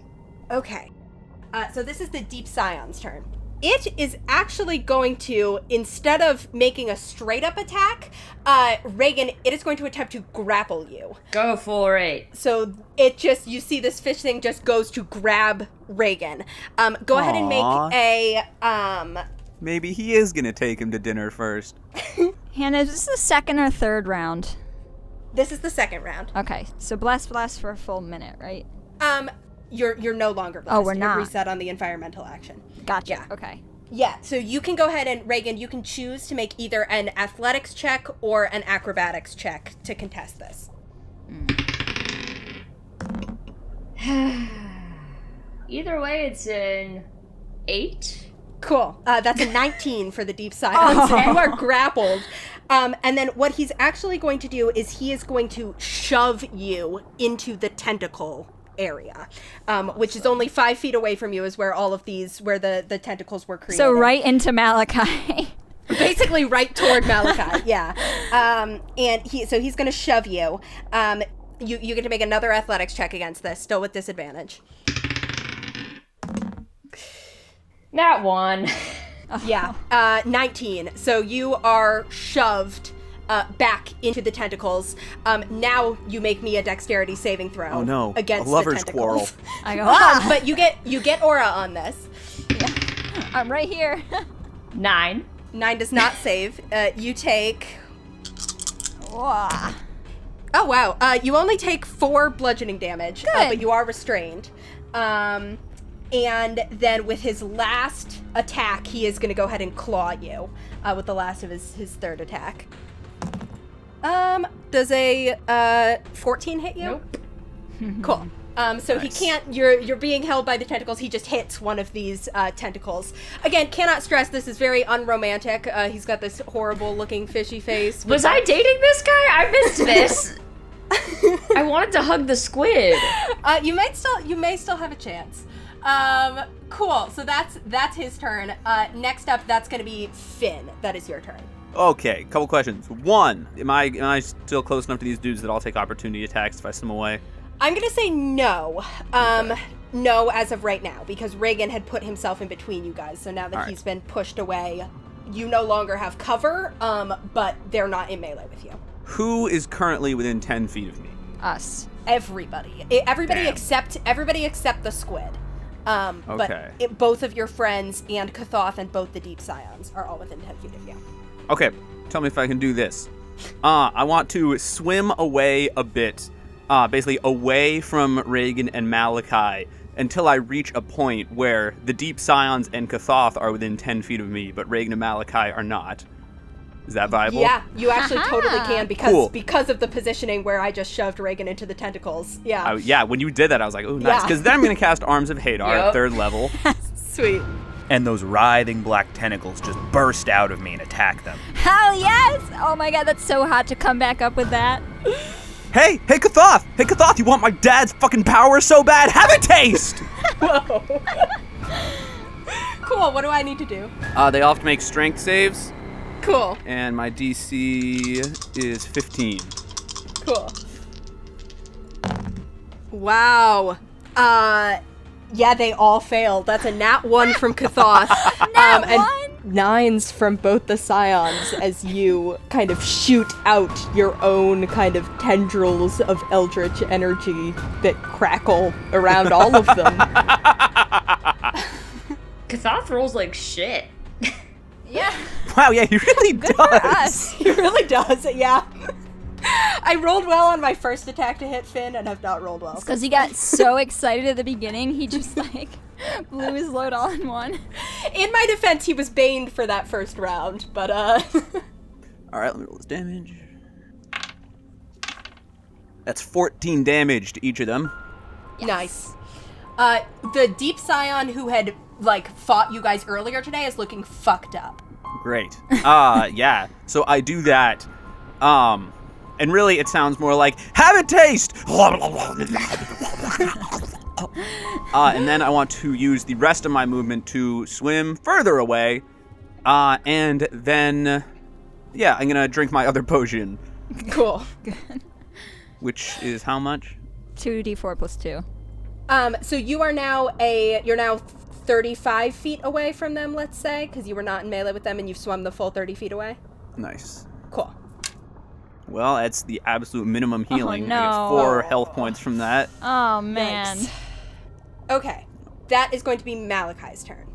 Speaker 1: Okay. Uh, so this is the Deep Scion's turn. It is actually going to, instead of making a straight up attack, uh, Reagan, it is going to attempt to grapple you.
Speaker 2: Go for it.
Speaker 1: So it just, you see this fish thing just goes to grab Reagan. Um, go ahead and
Speaker 4: Aw.
Speaker 1: make a. Um,
Speaker 4: Maybe he is gonna take him to dinner first.
Speaker 3: Hannah, is this the second or third round?
Speaker 1: this is the second round.
Speaker 3: Okay, so blast blast for a full minute, right?
Speaker 1: Um, you're you're no longer.
Speaker 3: Oh, we're
Speaker 1: blessed.
Speaker 3: not.
Speaker 1: You're reset on the environmental action.
Speaker 3: Gotcha.
Speaker 1: Yeah.
Speaker 3: Okay.
Speaker 1: Yeah, so you can go ahead and Reagan, you can choose to make either an athletics check or an acrobatics check to contest this.
Speaker 2: Either way, it's an eight.
Speaker 1: Cool. Uh, that's a 19 for the deep silence. You are grappled. Um, and then what he's actually going to do is he is going to shove you into the tentacle area, um, which is only five feet away from you, is where all of these, where the, the tentacles were created.
Speaker 3: So right into Malachi.
Speaker 1: basically right toward Malachi. yeah. Um, and he so he's gonna shove you. Um, you you get to make another athletics check against this, still with disadvantage.
Speaker 2: Not one.
Speaker 1: Yeah. Uh, Nineteen. So you are shoved. Uh, back into the tentacles. Um, now you make me a dexterity saving throw.
Speaker 4: Oh no!
Speaker 1: Against
Speaker 4: a lovers'
Speaker 1: the
Speaker 4: quarrel.
Speaker 1: tentacles.
Speaker 3: I go.
Speaker 1: Ah,
Speaker 3: Ah,
Speaker 1: but you get you get aura on this.
Speaker 3: I'm right here.
Speaker 2: Nine.
Speaker 1: Nine does not save. Uh, you take.
Speaker 3: Wah.
Speaker 1: Oh wow! Uh, you only take four bludgeoning damage, uh,
Speaker 3: Good.
Speaker 1: but you are restrained. Um, and then with his last attack, he is going to go ahead and claw you uh, with the last of his his third attack. Um, does a uh 14 hit you?
Speaker 2: Nope.
Speaker 1: Cool. Um, so he
Speaker 4: Nice.
Speaker 1: can't. You're you're being held by the tentacles. He just hits one of these uh, tentacles. Again, cannot stress this is very unromantic. Uh, he's got this horrible looking fishy face. with
Speaker 2: Was I dating this guy? I missed this. I wanted to hug the squid.
Speaker 1: Uh, you might still you may still have a chance. Um, cool. So that's that's his turn. Uh, next up, that's gonna be Finn. That is your turn.
Speaker 4: Okay, couple questions. One, am I am I still close enough to these dudes that I'll take opportunity attacks if I swim away?
Speaker 1: I'm gonna say no. Um, no, as of right now, because Reagan had put himself in between you guys. So now that
Speaker 4: Alright.
Speaker 1: he's been pushed away, you no longer have cover. Um, but they're not in melee with you.
Speaker 4: Who is currently within ten feet of me?
Speaker 3: Us.
Speaker 1: Everybody, E- everybody
Speaker 4: Damn.
Speaker 1: except everybody except the squid. Um,
Speaker 4: Okay.
Speaker 1: but it, both of your friends and Kathoth and both the Deep Scions are all within ten feet of you.
Speaker 4: Okay, tell me if I can do this. Uh, I want to swim away a bit, uh, basically away from Reagan and Malachi until I reach a point where the Deep Scions and Kathoth are within 10 feet of me, but Reagan and Malachi are not. Is that viable?
Speaker 1: Yeah, you actually totally
Speaker 3: Aha.
Speaker 1: can because
Speaker 4: Cool.
Speaker 1: because of the positioning where I just shoved Reagan into the tentacles. Yeah,
Speaker 4: I- yeah, when you did that, I was like, oh, nice.
Speaker 1: Yeah.
Speaker 4: Because then I'm going to cast Arms of Hadar
Speaker 2: Yup.
Speaker 4: at third level.
Speaker 1: sweet.
Speaker 6: and those writhing black tentacles just burst out of me and attack them.
Speaker 3: Hell yes! Oh my god, that's so hot to come back up with that.
Speaker 4: hey, hey, Kathoth! Hey, Kathoth, you want my dad's fucking power so bad? Have a taste!
Speaker 1: Cool. What do I need to do?
Speaker 4: uh, they all have to make strength saves,
Speaker 1: Cool.
Speaker 4: and my DC is 15.
Speaker 1: Cool. Wow. Uh, yeah, they all failed. That's a nat one from Kathoth. Um,
Speaker 3: Nat
Speaker 1: and nines from both the scions as you kind of shoot out your own kind of tendrils of eldritch energy that crackle around all of them.
Speaker 2: Kathoth rolls like shit.
Speaker 3: Yeah.
Speaker 4: Wow, yeah, he really
Speaker 3: For
Speaker 4: does.
Speaker 3: us.
Speaker 1: It really does, yeah. I rolled well on my first attack to hit Finn, and have not rolled well.
Speaker 3: Because he got so excited at the beginning, he just like blew his load all in one.
Speaker 1: In my defense, he was baned for that first round, but uh,
Speaker 4: All right, let me roll this damage. That's 14 damage to each of them.
Speaker 1: nice. Uh, the deep scion who had like fought you guys earlier today is looking fucked up.
Speaker 4: Great. Uh, yeah. So I do that. Um, and really, it sounds more like have a taste. uh, and then I want to use the rest of my movement to swim further away. Uh, and then, yeah, I'm gonna drink my other potion,
Speaker 1: Cool.
Speaker 4: which is how much?
Speaker 3: Two D four plus two.
Speaker 1: Um, so you are now a you're now 35 feet away from them, let's say, because you were not in melee with them and you've swum the full 30 feet away.
Speaker 4: Nice.
Speaker 1: Cool.
Speaker 4: Well, that's the absolute minimum healing. I
Speaker 3: no.
Speaker 4: get four health points from that.
Speaker 3: Oh man.
Speaker 1: Yikes. Okay, that is going to be Malachi's turn.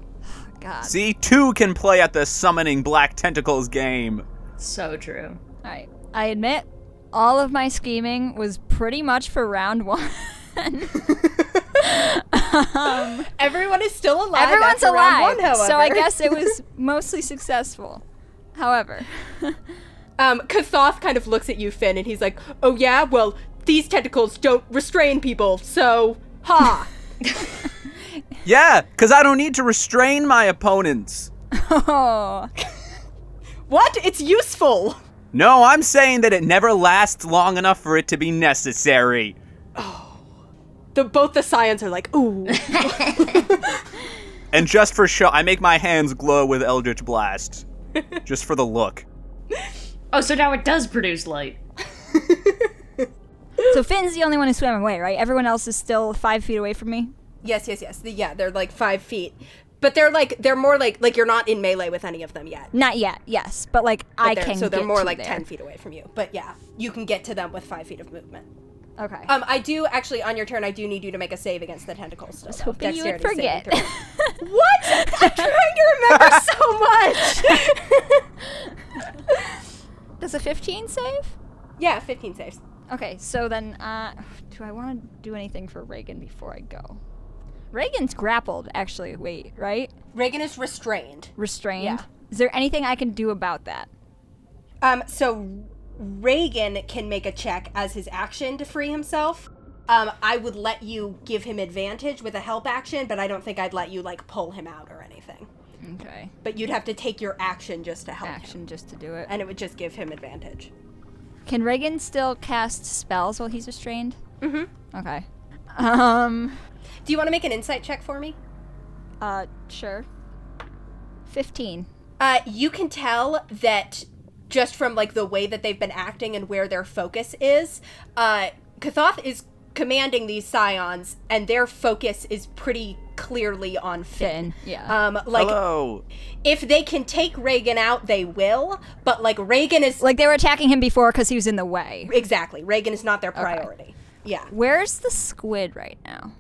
Speaker 3: God.
Speaker 4: See, two can play at the summoning black tentacles game.
Speaker 2: So true.
Speaker 3: All right. I admit, all of my scheming was pretty much for round one. Um,
Speaker 1: Everyone is still alive.
Speaker 3: everyone's
Speaker 1: after round
Speaker 3: alive,
Speaker 1: one, however.
Speaker 3: so I guess it was mostly successful. However,
Speaker 1: Um, Kathoth kind of looks at you, Finn, and he's like, "Oh yeah, well these tentacles don't restrain people, so ha."
Speaker 4: Yeah, because I don't need to restrain my opponents.
Speaker 3: oh,
Speaker 1: what? It's useful.
Speaker 4: No, I'm saying that it never lasts long enough for it to be necessary.
Speaker 1: The both the scions are like, "Ooh."
Speaker 4: And just for show, I make my hands glow with Eldritch Blast. just for the look.
Speaker 2: Oh, so now it does produce light.
Speaker 3: so Finn's the only one who swam away, right? Everyone else is still five feet away from me.
Speaker 1: yes, yes, yes. The- yeah, they're like five feet, but they're like they're more like like you're not in melee with any of them yet.
Speaker 3: Not yet, yes, but like
Speaker 1: But
Speaker 3: I
Speaker 1: they're-
Speaker 3: can.
Speaker 1: so they're
Speaker 3: get
Speaker 1: more
Speaker 3: to
Speaker 1: like
Speaker 3: there.
Speaker 1: ten feet away from you. But yeah, you can get to them with five feet of movement.
Speaker 3: Okay.
Speaker 1: Um, I do actually on your turn. I do need you to make a save against the tentacles. Still, I was
Speaker 3: hoping you would forget.
Speaker 1: What? I'm trying to remember so much.
Speaker 3: Does a 15 save?
Speaker 1: yeah, 15 saves.
Speaker 3: Okay, so then, uh, do I want to do anything for Reagan before I go? Reagan's grappled, actually. Wait, right?
Speaker 1: Reagan is restrained.
Speaker 3: Restrained.
Speaker 1: Yeah.
Speaker 3: Is there anything I can do about that?
Speaker 1: Um, so Reagan can make a check as his action to free himself. Um, I would let you give him advantage with a help action, but I don't think I'd let you like pull him out or anything.
Speaker 3: Okay.
Speaker 1: But you'd have to take your action just to help him,
Speaker 3: Action just to do it.
Speaker 1: and it would just give him advantage.
Speaker 3: Can Reagan still cast spells while he's restrained? Mm-hmm. Okay. Um.
Speaker 1: Do you want to make an insight check for me?
Speaker 3: Uh. Sure. Fifteen.
Speaker 1: Uh, you can tell that just from like the way that they've been acting and where their focus is. Uh, Kathoth is commanding these scions, and their focus is pretty clearly on Finn.
Speaker 3: Finn, yeah.
Speaker 1: Um, like
Speaker 4: Hello.
Speaker 1: if they can take Reagan out, they will. But like Reagan is
Speaker 3: Like they were attacking him before because he was in the way.
Speaker 1: exactly Reagan is not their priority. Yeah.
Speaker 3: Where's the squid right now?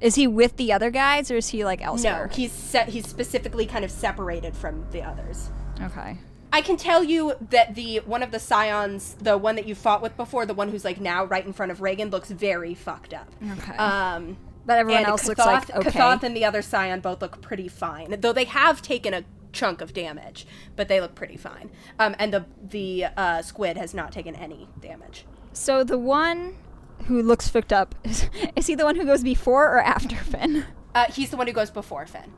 Speaker 3: Is he with the other guys or is he like
Speaker 1: No,
Speaker 3: elsewhere?
Speaker 1: he's se- he's specifically kind of separated from the others.
Speaker 3: Okay.
Speaker 1: I can tell you that the one of the scions, the one that you fought with before, the one who's like now right in front of Reagan, looks very fucked up.
Speaker 3: Okay.
Speaker 1: Um,
Speaker 3: but Mm-hmm. everyone
Speaker 1: and
Speaker 3: else looks
Speaker 1: Kathoth-
Speaker 3: like okay.
Speaker 1: Kathoth and the other scion both look pretty fine, though they have taken a chunk of damage, but they look pretty fine. Um, and the the uh, squid has not taken any damage.
Speaker 3: So the one who looks fucked up is, is he the one who goes before or after Finn?
Speaker 1: Uh, he's the one who goes before Finn.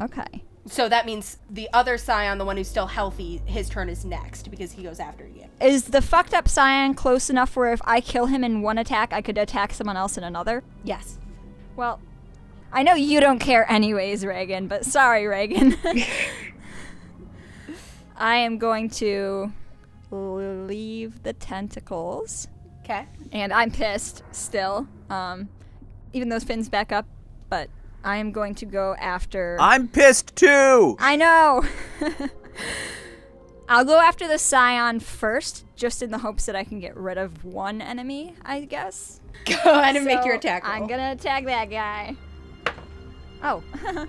Speaker 3: Okay.
Speaker 1: So that means the other scion, the one who's still healthy, his turn is next because he goes after you.
Speaker 3: Is the fucked up scion close enough where if I kill him in one attack, I could attack someone else in another?
Speaker 1: Yes.
Speaker 3: Well, I know you don't care anyways, Reagan, but sorry, Reagan. I am going to leave the tentacles.
Speaker 1: Okay.
Speaker 3: and I'm pissed still. Um, even though Finn's back up, but I am going to go after.
Speaker 4: I'm pissed too.
Speaker 3: I know. I'll go after the Scion first, just in the hopes that I can get rid of one enemy. I guess.
Speaker 1: Go ahead and make your
Speaker 3: So
Speaker 1: attack roll.
Speaker 3: I'm gonna attack that guy. Oh,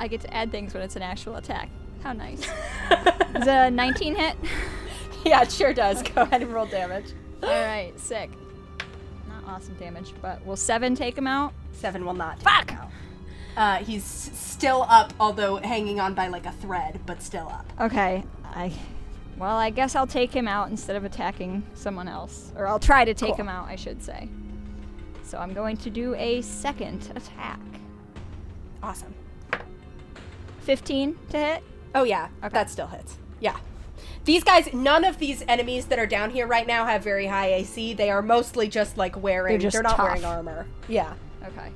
Speaker 3: I get to add things when it's an actual attack. How nice. the 19 hit.
Speaker 1: Yeah, it sure does. Go ahead and roll damage.
Speaker 3: All right, sick. Not awesome damage, but will seven take him out?
Speaker 1: Seven will not.
Speaker 3: Fuck!
Speaker 1: Uh, he's s- still up, although hanging on by like a thread, but still up.
Speaker 3: Okay, I. Well, I guess I'll take him out instead of attacking someone else. Or I'll try to take him out, I should say. So I'm going to do a second attack.
Speaker 1: Awesome.
Speaker 3: 15 to hit?
Speaker 1: Oh yeah, that still hits. Yeah. These guys, none of these enemies that are down here right now have very high AC. They are mostly just like wearing.
Speaker 3: They're just
Speaker 1: not
Speaker 3: tough.
Speaker 1: wearing armor. Yeah.
Speaker 3: Okay.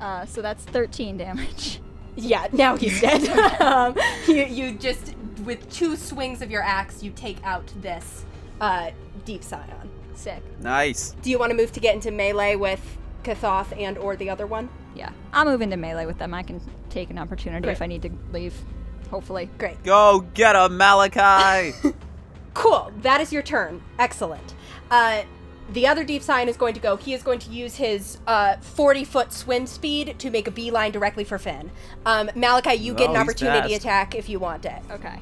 Speaker 3: Uh, so that's 13 damage.
Speaker 1: Yeah. Now he's dead. um, you you just with two swings of your axe, you take out this uh, deep scion.
Speaker 3: Sick.
Speaker 4: Nice.
Speaker 1: Do you want to move to get into melee with Kathoth and or the other one?
Speaker 3: Yeah. I'll move into melee with them. I can take an opportunity if I need to leave, hopefully.
Speaker 1: Great.
Speaker 4: Go get a Malachi.
Speaker 1: Cool. That is your turn. Excellent. Uh, the other deep sign is going to go. He is going to use his uh, 40 foot swim speed to make a beeline directly for Finn. Um, Malachi, you get an
Speaker 4: Oh, he's
Speaker 1: opportunity
Speaker 4: fast.
Speaker 1: attack if you want it.
Speaker 3: Okay.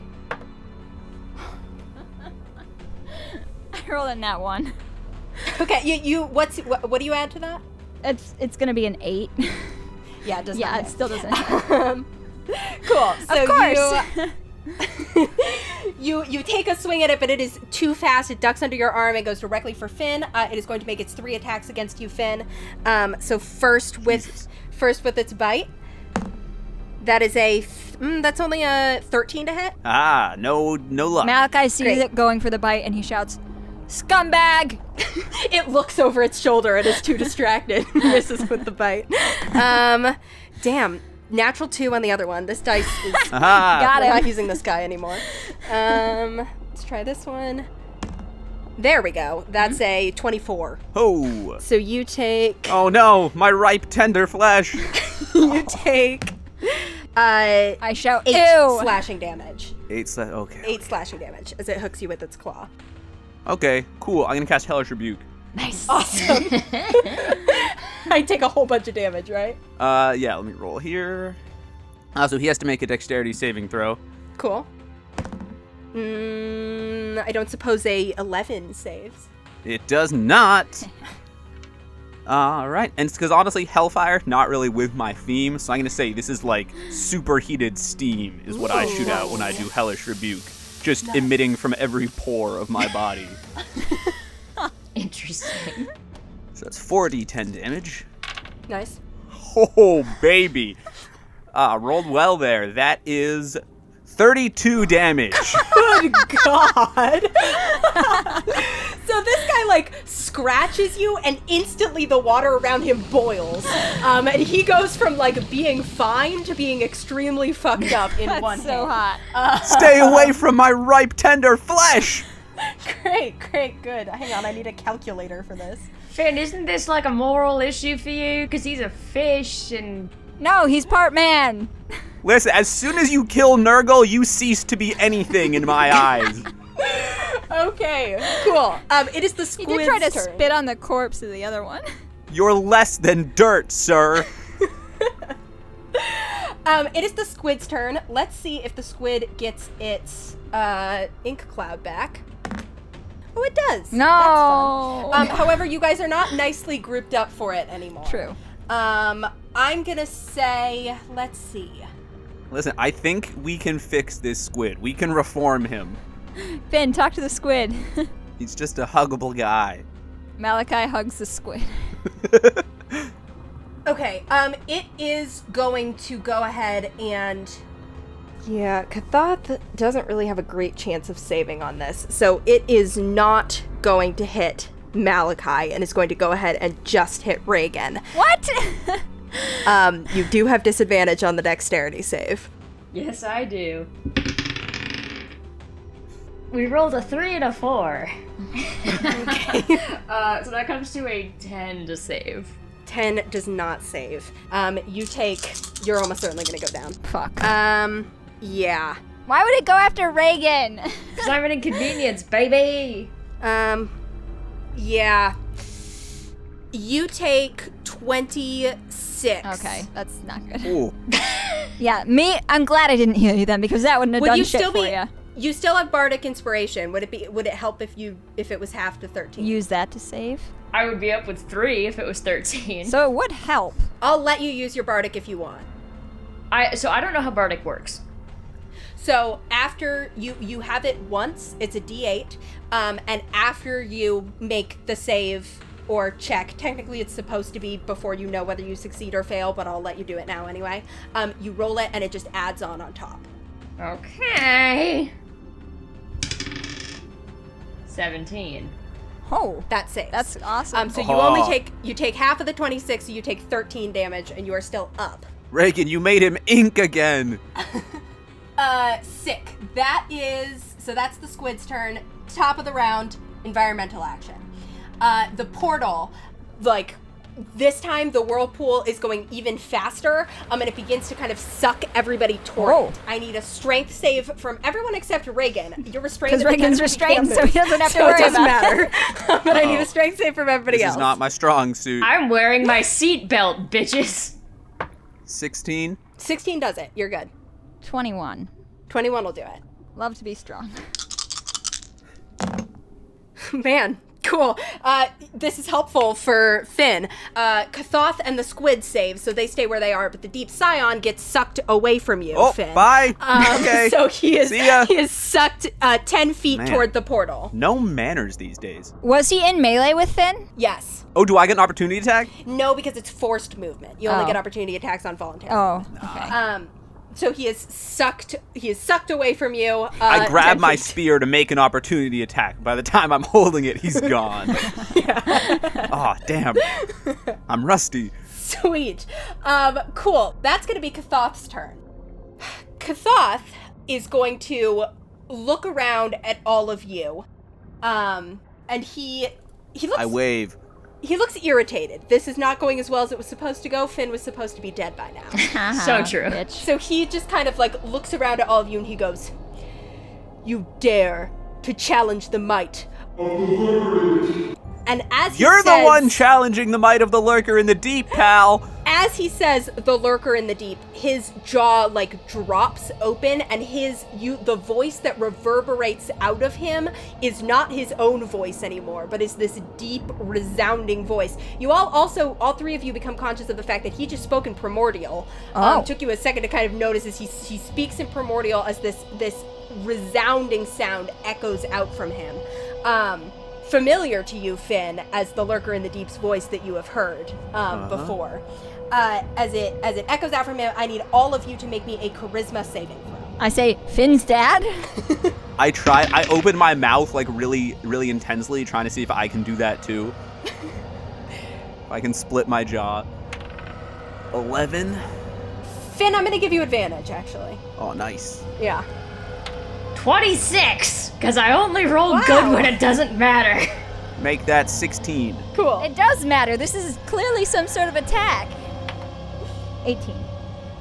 Speaker 3: I rolled a nat one.
Speaker 1: Okay. You, you what's what, what do you add to that?
Speaker 3: It's it's gonna be an eight.
Speaker 1: Yeah, it does
Speaker 3: yeah,
Speaker 1: not
Speaker 3: it
Speaker 1: hit.
Speaker 3: still doesn't. hit.
Speaker 1: Um, cool. So
Speaker 3: of course.
Speaker 1: You, you you take a swing at it, but it is too fast. It ducks under your arm and goes directly for Finn. Uh, it is going to make its three attacks against you, Finn. Um, so first with first with its bite. That is a th- mm, that's only a thirteen to hit.
Speaker 4: ah, no, no luck.
Speaker 3: Malachi sees
Speaker 1: Great.
Speaker 3: it going for the bite and he shouts, "Scumbag!"
Speaker 1: It looks over its shoulder and is too distracted. Misses with the bite. Um, damn. Natural two on the other one. This dice is
Speaker 4: Aha.
Speaker 3: Got
Speaker 1: We're not
Speaker 3: him.
Speaker 1: using this guy anymore. Um, let's try this one. There we go. That's
Speaker 3: Mm-hmm.
Speaker 1: a 24.
Speaker 4: Oh.
Speaker 1: So you take
Speaker 4: Oh no, my ripe tender flesh.
Speaker 1: you take uh
Speaker 3: I shout,
Speaker 1: eight
Speaker 3: "Ew!"
Speaker 1: slashing damage.
Speaker 4: Eight slash. Okay.
Speaker 1: Eight slashing damage as it hooks you with its claw.
Speaker 4: Okay. Cool. I'm gonna cast Hellish Rebuke.
Speaker 3: Nice.
Speaker 1: Awesome. I take a whole bunch of damage, right?
Speaker 4: Uh, yeah. Let me roll here. Uh, so he has to make a Dexterity saving throw.
Speaker 1: Cool. Mm, I don't suppose a 11 saves.
Speaker 4: It does not. All right, and because honestly, Hellfire not really with my theme, so I'm gonna say this is like superheated steam is what I shoot out when I do Hellish Rebuke, just emitting from every pore of my body.
Speaker 2: Interesting.
Speaker 4: so that's 4d10 damage.
Speaker 1: Nice.
Speaker 4: Oh baby, ah, rolled well there. That is 32 damage.
Speaker 1: Good God. so this guy, like, scratches you, and instantly the water around him boils. Um, and he goes from, like, being fine to being extremely fucked up in one
Speaker 3: so
Speaker 1: hit.
Speaker 3: hot.
Speaker 4: Stay away from my ripe tender flesh.
Speaker 1: Great, great, good. Hang on, I need a calculator for this.
Speaker 2: Finn, isn't this like a moral issue for you? Because he's a fish and.
Speaker 3: No, he's part man.
Speaker 4: Listen, as soon as you kill Nurgle, you cease to be anything in my eyes.
Speaker 1: Okay, cool. Um, it is the
Speaker 3: He
Speaker 1: squid's
Speaker 3: did try to
Speaker 1: turn.
Speaker 3: spit on the corpse of the other one.
Speaker 4: You're less than dirt, sir.
Speaker 1: Um, it is the squid's turn. Let's see if the squid gets its uh, ink cloud back. Oh, it does.
Speaker 3: No. Oh.
Speaker 1: That's fun. Um, however, you guys are not nicely grouped up for it anymore.
Speaker 3: True.
Speaker 1: Um, I'm gonna say, let's see.
Speaker 4: Listen, I think we can fix this squid. We can reform him.
Speaker 3: Finn, talk to the squid.
Speaker 4: He's just a huggable guy.
Speaker 3: Malachi hugs the squid.
Speaker 1: Okay, um, it is going to go ahead and. Yeah, Kathoth doesn't really have a great chance of saving on this, so it is not going to hit Malachi and is going to go ahead and just hit Reagan.
Speaker 3: What?
Speaker 1: Um, you do have disadvantage on the dexterity save.
Speaker 2: Yes, I do. We rolled a three and a four. uh, so that comes to a ten to save.
Speaker 1: 10 does not save. Um, you take. You're almost certainly gonna go down.
Speaker 3: Fuck.
Speaker 1: Um, yeah.
Speaker 3: Uh, Why would it go after Reagan?
Speaker 2: Because I'm an inconvenience, baby.
Speaker 1: Um, yeah. You take 26.
Speaker 3: okay, that's not good.
Speaker 4: Ooh.
Speaker 3: Yeah, me. I'm glad I didn't heal you then because that wouldn't have
Speaker 1: Would
Speaker 3: done
Speaker 1: you
Speaker 3: shit
Speaker 1: still
Speaker 3: for
Speaker 1: be-
Speaker 3: ya.
Speaker 1: You still have bardic inspiration. Would it be? Would it help if you if it was half to thirteen?
Speaker 3: Use that to save.
Speaker 2: I would be up with three if it was thirteen. So
Speaker 3: So it would help.
Speaker 1: I'll let you use your bardic if you want.
Speaker 2: I so I don't know how bardic works.
Speaker 1: So after you you have it once, it's a D8, um, and after you make the save or check, technically it's supposed to be before you know whether you succeed or fail, but I'll let you do it now anyway. Um, you roll it and it just adds on on top.
Speaker 2: Okay. Seventeen.
Speaker 3: Oh,
Speaker 1: That saves.
Speaker 3: that's awesome.
Speaker 1: um, so you
Speaker 6: Aha.
Speaker 1: only take you take half of the twenty six, so you take thirteen damage, and you are still up.
Speaker 4: Reagan, you made him ink again.
Speaker 1: Uh, sick. That is so. That's the squid's turn. Top of the round. Environmental action. Uh, the portal, like this time, the whirlpool is going even faster. Um, and it begins to kind of suck everybody toward.
Speaker 3: Whoa.
Speaker 1: it. I need a strength save from everyone except Reagan. You're restrained. at
Speaker 3: Because
Speaker 1: the time
Speaker 3: Reagan's
Speaker 1: that you can't
Speaker 3: restrained, so he
Speaker 1: move.
Speaker 3: doesn't have to
Speaker 1: So
Speaker 3: worry
Speaker 1: it doesn't
Speaker 3: about
Speaker 1: matter. Oh.
Speaker 3: it.
Speaker 1: but I need a strength save from everybody
Speaker 4: This
Speaker 1: else.
Speaker 4: is not my strong suit.
Speaker 2: I'm wearing my seatbelt, bitches.
Speaker 4: 16.
Speaker 1: Sixteen does it. You're good.
Speaker 3: 21.
Speaker 1: Twenty-one will do it.
Speaker 3: Love to be strong.
Speaker 1: Man, cool. Uh, this is helpful for Finn. Uh, Kathoth and the squid save, so they stay where they are, but the deep scion gets sucked away from you,
Speaker 4: Oh,
Speaker 1: Finn.
Speaker 4: bye.
Speaker 1: Um,
Speaker 4: okay.
Speaker 1: So he is
Speaker 4: See ya.
Speaker 1: he is sucked uh, ten feet
Speaker 4: Man.
Speaker 1: toward the portal.
Speaker 4: No manners these days.
Speaker 3: Was he in melee with Finn?
Speaker 1: Yes.
Speaker 4: Oh, do I get an opportunity attack?
Speaker 1: No, because it's forced movement. You only
Speaker 3: Oh.
Speaker 1: get opportunity attacks on voluntary.
Speaker 3: Oh, okay.
Speaker 1: Um, so he is sucked. He is sucked away from you. Uh,
Speaker 4: I grab
Speaker 1: 10
Speaker 4: my
Speaker 1: feet.
Speaker 4: spear to make an opportunity attack. By the time I'm holding it, he's gone. Aw, damn. I'm rusty.
Speaker 1: Sweet. Um, cool. That's going to be Kathoth's turn. Kathoth is going to look around at all of you. Um, and he he looks
Speaker 4: I wave.
Speaker 1: he looks irritated. This is not going as well as it was supposed to go. Finn was supposed to be dead by now.
Speaker 2: So
Speaker 3: Uh-huh.
Speaker 2: true.
Speaker 3: Bitch.
Speaker 1: So he just kind of like looks around at all of you and he goes, "You dare to challenge the might." And as he
Speaker 4: You're the
Speaker 1: says-
Speaker 4: one challenging the might of the lurker in the deep, pal.
Speaker 1: as he says the lurker in the deep his jaw like drops open and his you the voice that reverberates out of him is not his own voice anymore but is this deep resounding voice you all also all three of you become conscious of the fact that he just spoke in primordial
Speaker 3: Oh.
Speaker 1: um, took you a second to kind of notice as he, he speaks in primordial as this this resounding sound echoes out from him um familiar to you finn as the lurker in the deep's voice that you have heard um,
Speaker 4: Uh-huh.
Speaker 1: before uh, as it as it echoes out from him, I need all of you to make me a charisma saving throw.
Speaker 3: I say, Finn's dad?
Speaker 4: I try. I open my mouth like really, really intensely, trying to see if I can do that too. if I can split my jaw. Eleven.
Speaker 1: Finn, I'm gonna give you advantage, actually.
Speaker 4: Oh, nice.
Speaker 1: Yeah.
Speaker 2: Twenty-six, because I only roll good when it doesn't matter.
Speaker 4: Make that sixteen.
Speaker 1: Cool.
Speaker 3: It does matter. This is clearly some sort of attack. 18.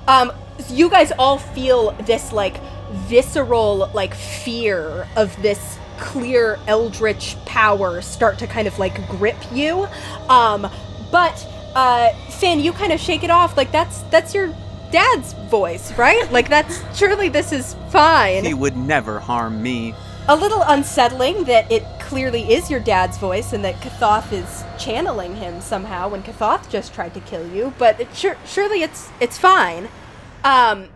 Speaker 1: Um, so you guys all feel this like visceral like fear of this clear eldritch power start to kind of like grip you. Um, but uh, Finn, you kind of shake it off. Like that's that's your dad's voice, right? Like that's surely this is fine.
Speaker 4: He would never harm me.
Speaker 1: a little unsettling that it clearly is your dad's voice and that Kathoth is channeling him somehow when Kathoth just tried to kill you, but it, sure, surely it's it's fine. Um,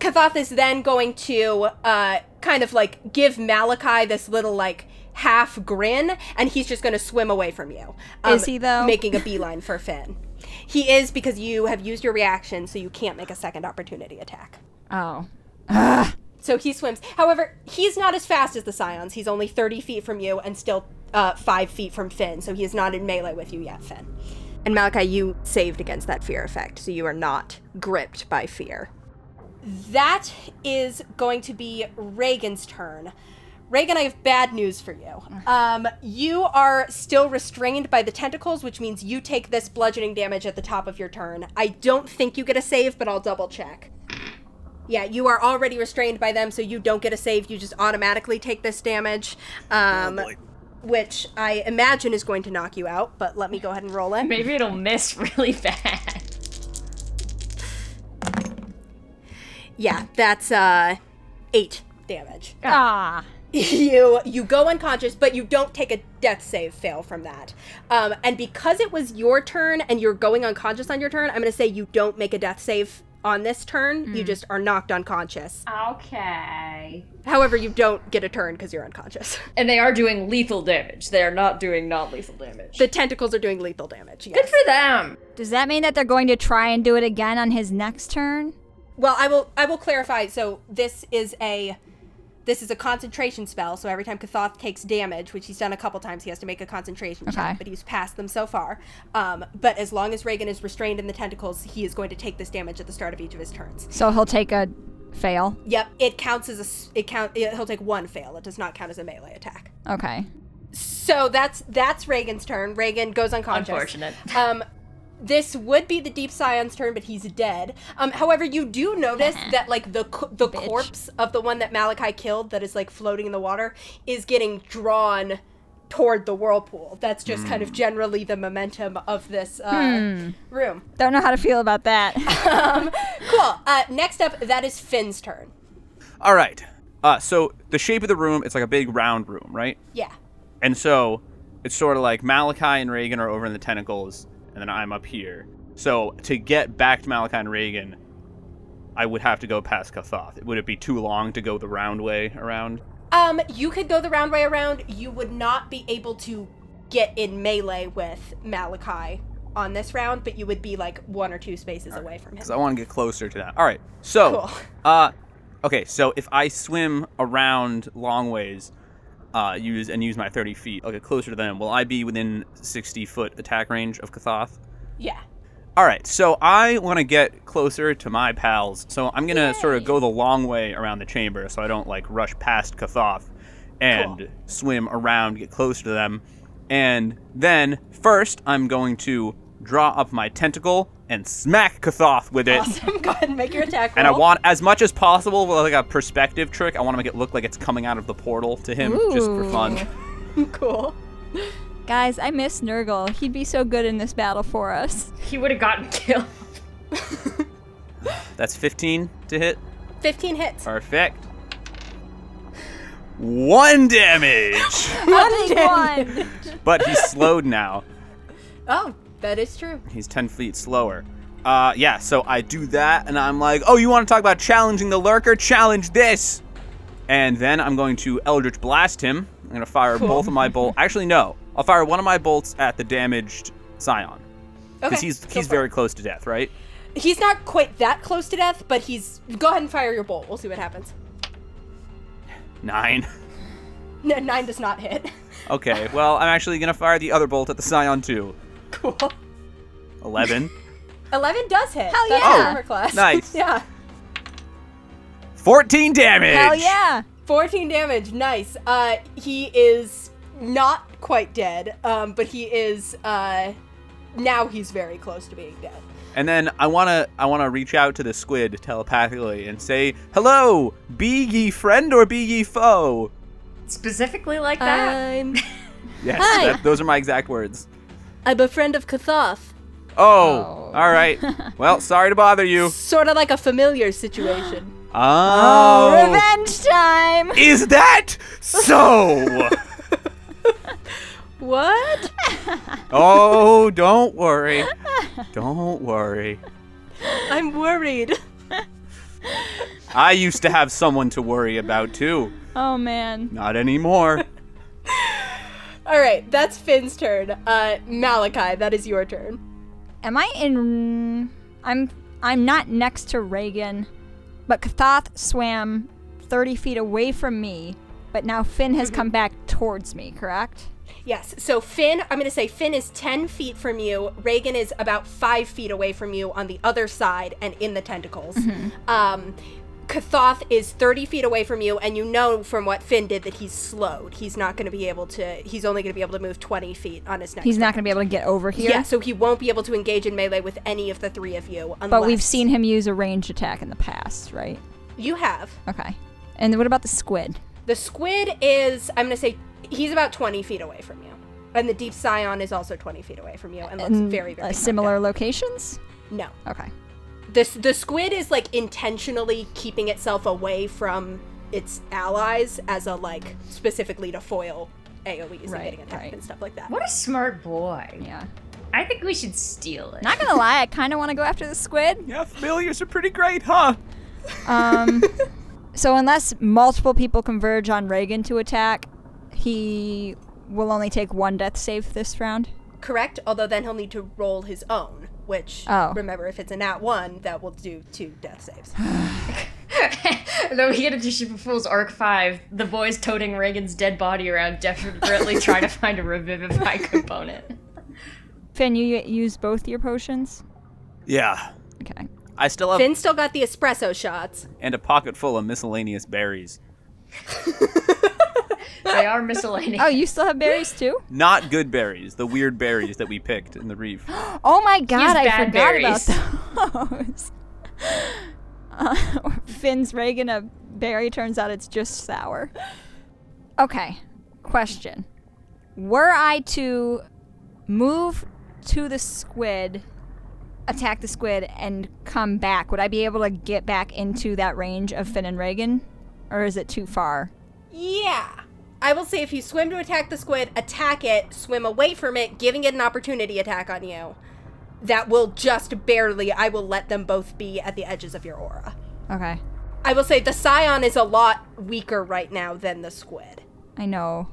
Speaker 1: Kathoth is then going to uh, kind of like give Malachi this little like half grin, and he's just going to swim away from you. Um,
Speaker 3: Is he, though?
Speaker 1: making a beeline for Finn? He is because you have used your reaction, so you can't make a second opportunity attack.
Speaker 3: Oh.
Speaker 1: So he swims. However, he's not as fast as the Scions. He's only 30 feet from you and still uh, 5 feet from Finn, so he is not in melee with you yet, Finn. And Malachi, you saved against that fear effect, so you are not gripped by fear. That is going to be Reagan's turn. Reagan, I have bad news for you. Um, you are still restrained by the tentacles, which means you take this bludgeoning damage at the top of your turn. I don't think you get a save, but I'll double check. Yeah, you are already restrained by them, so you don't get a save. You just automatically take this damage, um, which I imagine is going to knock you out. But let me go ahead and roll it.
Speaker 2: Maybe it'll miss really bad.
Speaker 1: Yeah, that's uh, eight. damage.
Speaker 3: Ah.
Speaker 1: you you go unconscious, but you don't take a death save fail from that. Um, and because it was your turn and you're going unconscious on your turn, I'm going to say you don't make a death save on this turn. You just are knocked unconscious.
Speaker 2: Mm. Okay.
Speaker 1: However, you don't get a turn because you're unconscious.
Speaker 2: And they are doing lethal damage. They are not doing non lethal damage.
Speaker 1: the tentacles are doing lethal damage. Yes.
Speaker 2: Good for them.
Speaker 3: Does that mean that they're going to try and do it again on his next turn?
Speaker 1: Well, I will I will clarify. So this is a this is a concentration spell. So every time Kathoth takes damage, which he's done a couple times, he has to make a concentration
Speaker 3: Okay.
Speaker 1: check. But he's passed them so far. Um, but as long as Reagan is restrained in the tentacles, he is going to take this damage at the start of each of his turns.
Speaker 3: So he'll take a fail.
Speaker 1: Yep, it counts as a s- it count. It, he'll take one fail. It does not count as a melee attack.
Speaker 3: Okay.
Speaker 1: So that's that's Reagan's turn. Reagan goes unconscious.
Speaker 2: Unfortunate.
Speaker 1: Um, this would be the Deep Scion's turn, but he's dead. Um, however, you do notice that like the co- the corpse of the one that Malachi killed, that is like floating in the water, is getting drawn toward the whirlpool. That's just kind of generally the momentum of this uh, room.
Speaker 3: Don't know how to feel about that.
Speaker 1: Cool. Uh, next up, that is Finn's turn.
Speaker 4: All right. Uh, so the shape of the room, it's like a big round room, right?
Speaker 1: Yeah.
Speaker 4: And so it's sort of like Malachi and Reagan are over in the tentacles, and then I'm up here. So to get back to Malachi and Reagan, I would have to go past Kathoth. Would it be too long to go the round way around?
Speaker 1: Um, you could go the round way around. You would not be able to get in melee with Malachi on this round, but you would be like one or two spaces away from him.
Speaker 4: Because I want to get closer to that. All right. So,
Speaker 1: Cool.
Speaker 4: uh, okay. So if I swim around long ways, uh, use and use my 30 feet, I'll get closer to them. Will I be within 60 foot attack range of Kathoth?
Speaker 1: Yeah.
Speaker 4: All right, so I want to get closer to my pals, so I'm gonna sort of go the long way around the chamber, so I don't like rush past Kathoth and
Speaker 1: Cool.
Speaker 4: swim around, get clser to them, and then first I'm going to draw up my tentacle and smack Kathoth with it.
Speaker 1: Awesome. Go ahead and make your attack roll.
Speaker 4: And I want as much as possible with like a perspective trick. I want to make it look like it's coming out of the portal to him, just for fun.
Speaker 1: cool.
Speaker 3: Guys, I miss Nurgle. He'd be so good in this battle for us.
Speaker 2: He would have gotten killed.
Speaker 4: That's 15 to hit.
Speaker 1: Fifteen hits.
Speaker 4: Perfect. One damage.
Speaker 3: Only one.
Speaker 4: but he's slowed now.
Speaker 1: Oh, that is true.
Speaker 4: He's 10 feet slower. Uh, yeah, so I do that, and I'm like, oh, you want to talk about challenging the lurker? Challenge this! And then I'm going to Eldritch Blast him. I'm going to fire both of my bolts. Actually, no. I'll fire one of my bolts at the damaged Scion.
Speaker 1: Okay.
Speaker 4: Because he's,
Speaker 1: go
Speaker 4: he's
Speaker 1: for it.
Speaker 4: very close to death, right?
Speaker 1: He's not quite that close to death, but he's. Go ahead and fire your bolt. We'll see what happens.
Speaker 4: Nine.
Speaker 1: N- nine does not hit.
Speaker 4: Okay, well, I'm actually going to fire the other bolt at the Scion, too.
Speaker 1: cool.
Speaker 4: 11.
Speaker 1: Eleven does hit.
Speaker 3: Hell
Speaker 1: That's
Speaker 3: yeah.
Speaker 1: armor class.
Speaker 4: Oh, nice.
Speaker 1: yeah.
Speaker 4: 14 damage!
Speaker 3: Hell yeah.
Speaker 1: 14 damage. Nice. Uh, he is not quite dead, um, but he is. Uh, now he's very close to being dead.
Speaker 4: And then I wanna I wanna reach out to the squid telepathically and say, Hello, be ye friend or be ye foe?
Speaker 2: Specifically like that.
Speaker 4: Yes,
Speaker 1: Hi.
Speaker 4: that, those are my exact words.
Speaker 1: I'm a friend of Kathoth.
Speaker 4: Oh, all right. Well, sorry to bother you.
Speaker 1: Sort of like a familiar situation.
Speaker 4: Oh,
Speaker 3: Revenge time.
Speaker 4: is that so?
Speaker 1: what?
Speaker 4: oh, don't worry, don't worry.
Speaker 1: I'm worried.
Speaker 4: I used to have someone to worry about too.
Speaker 3: Oh man.
Speaker 4: Not anymore.
Speaker 1: All right, that's Finn's turn. Uh, Malachi, that is your turn.
Speaker 3: Am I in I'm I'm not next to Reagan, but Kathoth swam 30 feet away from me, but now Finn has come back towards me, correct?
Speaker 1: Yes, so Finn, I'm going to say Finn is 10 feet from you. Reagan is about 5 feet away from you on the other side and in the tentacles.
Speaker 3: Mm-hmm.
Speaker 1: Um, Kathoth is 30 feet away from you, and you know from what Finn did that he's slowed. He's not going to be able to, he's only going to be able to move 20 feet on his next.
Speaker 3: He's not going to be able to get over here.
Speaker 1: Yeah, so he won't be able to engage in melee with any of the three of you. Unless
Speaker 3: But we've seen him use a ranged attack in the past, right?
Speaker 1: You have.
Speaker 3: Okay. And then what about the squid?
Speaker 1: The squid is, I'm going to say, he's about 20 feet away from you. And the deep scion is also 20 feet away from you and looks
Speaker 3: In,
Speaker 1: very, very
Speaker 3: uh,
Speaker 1: knocked
Speaker 3: similar
Speaker 1: out.
Speaker 3: locations?
Speaker 1: No.
Speaker 3: Okay.
Speaker 1: This, the squid is like intentionally keeping itself away from its allies as a like specifically to foil AoEs
Speaker 3: Right,
Speaker 1: and getting attacked
Speaker 3: right.
Speaker 1: and stuff like that.
Speaker 2: What a smart boy.
Speaker 3: Yeah.
Speaker 2: I think we should steal it.
Speaker 3: Not gonna lie, I kind of want to go after the squid.
Speaker 4: Yeah, familiars are pretty great, huh?
Speaker 3: Um, so unless multiple people converge on Reagan to attack, he will only take one death save this round.
Speaker 1: Correct? Although then he'll need to roll his own, which
Speaker 3: Oh.
Speaker 1: remember if it's a nat one, that will do two death saves.
Speaker 2: Though he had a Ship of Fools Arc 5, the boys toting Reagan's dead body around desperately trying to find a revivify component.
Speaker 3: Finn, you y- use both your potions.
Speaker 4: Yeah.
Speaker 3: Okay.
Speaker 4: I still have
Speaker 1: Finn still got the espresso shots.
Speaker 4: and a pocket full of miscellaneous berries.
Speaker 2: They are miscellaneous.
Speaker 3: Oh, you still have berries too?
Speaker 4: Not good berries, the weird berries that we picked in the reef.
Speaker 3: Oh my god, I
Speaker 2: bad
Speaker 3: forgot about those. Uh, Finn's Reagan a berry turns out it's just sour. Okay, question. Were I to move to the squid, attack the squid, and come back, would I be able to get back into that range of Finn and Reagan? Or is it too far?
Speaker 1: Yeah. I will say if you swim to attack the squid, attack it, swim away from it, giving it an opportunity attack on you. That will just barely, I will let them both be at the edges of your aura.
Speaker 3: Okay.
Speaker 1: I will say the scion is a lot weaker right now than the squid.
Speaker 3: I know,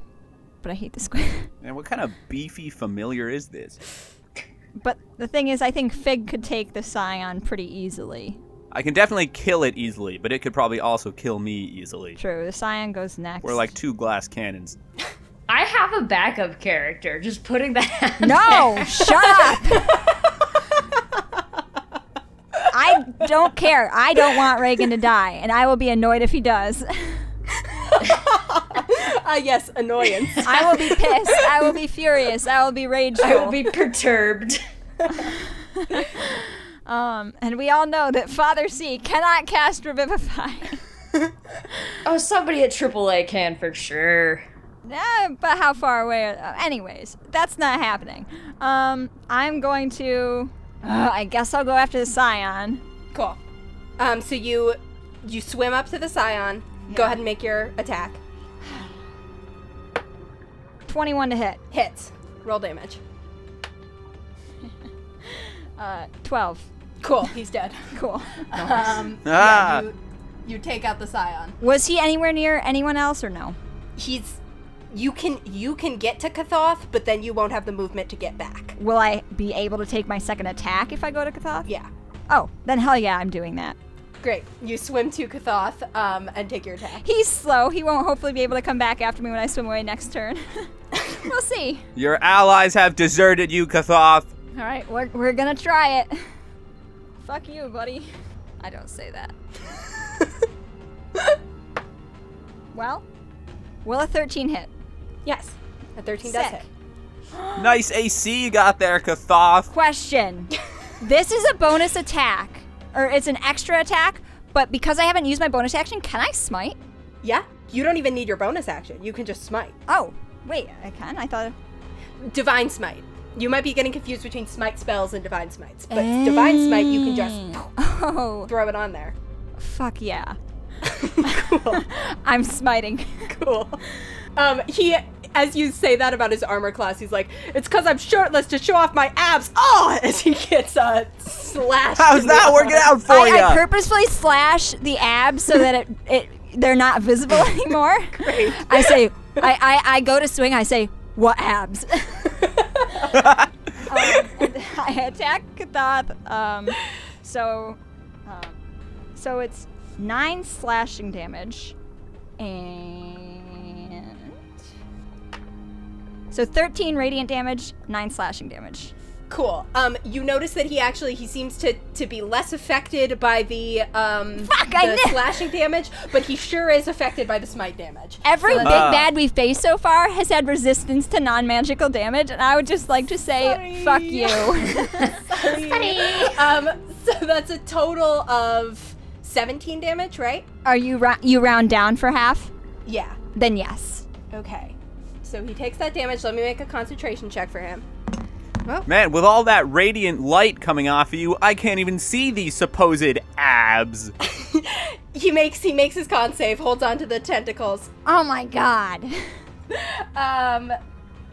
Speaker 3: but I hate the squid.
Speaker 4: Man, what kind of beefy familiar is this?
Speaker 3: But the thing is, I think Fig could take the Scion pretty easily.
Speaker 4: I can definitely kill it easily, but it could probably also kill me easily.
Speaker 3: True, the Scion goes next.
Speaker 4: We're like two glass cannons.
Speaker 2: I have a backup character, just putting that out
Speaker 3: no, shut up. I don't care. I don't want Reagan to die, and I will be annoyed if he does.
Speaker 1: Ah, yes, annoyance.
Speaker 3: I will be pissed. I will be furious. I will be rageful.
Speaker 2: I will be perturbed.
Speaker 3: um, and we all know that Father C cannot cast Revivify.
Speaker 2: Oh, somebody at AAA can for sure.
Speaker 3: Eh, but how far away? Are, uh, anyways, that's not happening. Um, I'm going to. Uh, I guess I'll go after the Scion.
Speaker 1: cool. Um, so you you swim up to the scion. Go ahead and make your attack.
Speaker 3: 21 to hit.
Speaker 1: Hits. Roll damage.
Speaker 3: Uh, 12.
Speaker 1: Cool. He's dead.
Speaker 3: Cool.
Speaker 1: Um,
Speaker 4: Ah.
Speaker 1: you, you take out the scion.
Speaker 3: Was he anywhere near anyone else or no?
Speaker 1: He's you can you can get to Kathoth, but then you won't have the movement to get back.
Speaker 3: Will I be able to take my second attack if I go to Kathoth?
Speaker 1: Yeah.
Speaker 3: Oh, then hell yeah, I'm doing that.
Speaker 1: Great. You swim to Kathoth um, and take your attack.
Speaker 3: He's slow. He won't hopefully be able to come back after me when I swim away next turn. we'll see.
Speaker 4: Your allies have deserted you, Kathoth.
Speaker 3: All right, we're, we're gonna try it. Fuck you, buddy. I don't say that. well, will a 13 hit?
Speaker 1: Yes. A 13 does
Speaker 3: Sick.
Speaker 1: hit.
Speaker 4: Nice AC you got there, Kathoth.
Speaker 3: Question. this is a bonus attack, or it's an extra attack, but because I haven't used my bonus action, can I smite?
Speaker 1: Yeah. You don't even need your bonus action. You can just smite.
Speaker 3: Oh, wait, I can? I thought.
Speaker 1: Divine smite. You might be getting confused between smite spells and divine smites, but divine smite you can just
Speaker 3: Oh,
Speaker 1: throw it on there.
Speaker 3: fuck yeah. Oh.
Speaker 1: cool.
Speaker 3: I'm smiting.
Speaker 1: cool. Um, he, as you say that about his armor class, he's like, "It's because I'm shirtless to show off my abs." Oh, as he gets uh, slashed.
Speaker 4: How's
Speaker 1: in the
Speaker 4: that working
Speaker 1: arm.
Speaker 4: out for
Speaker 3: I,
Speaker 4: you?
Speaker 3: I purposefully slash the abs so that it, it they're not visible anymore. Great. I say, I, I, I go to swing, I say, what abs? um, and I attack Kathoth. Um, so, um, so it's nine slashing damage, and so thirteen radiant damage, nine slashing damage.
Speaker 1: Cool. Um, you notice that he actually he seems to to be less affected by the um
Speaker 3: Fuck,
Speaker 1: the
Speaker 3: I knew-
Speaker 1: slashing damage, but he sure is affected by the smite damage.
Speaker 3: Every big
Speaker 4: Ah.
Speaker 3: bad we've faced so far has had resistance to non magical damage, and I would just like to say, fuck you.
Speaker 1: um, so that's a total of seventeen damage, right?
Speaker 3: Are you ra- you round down for half?
Speaker 1: Yeah.
Speaker 3: Then yes.
Speaker 1: Okay. So he takes that damage. Let me make a concentration check for him. Well,
Speaker 4: Man, with all that radiant light coming off of you, I can't even see these supposed abs.
Speaker 1: he makes he makes his con save, holds onto the tentacles.
Speaker 3: Oh my god.
Speaker 1: Um,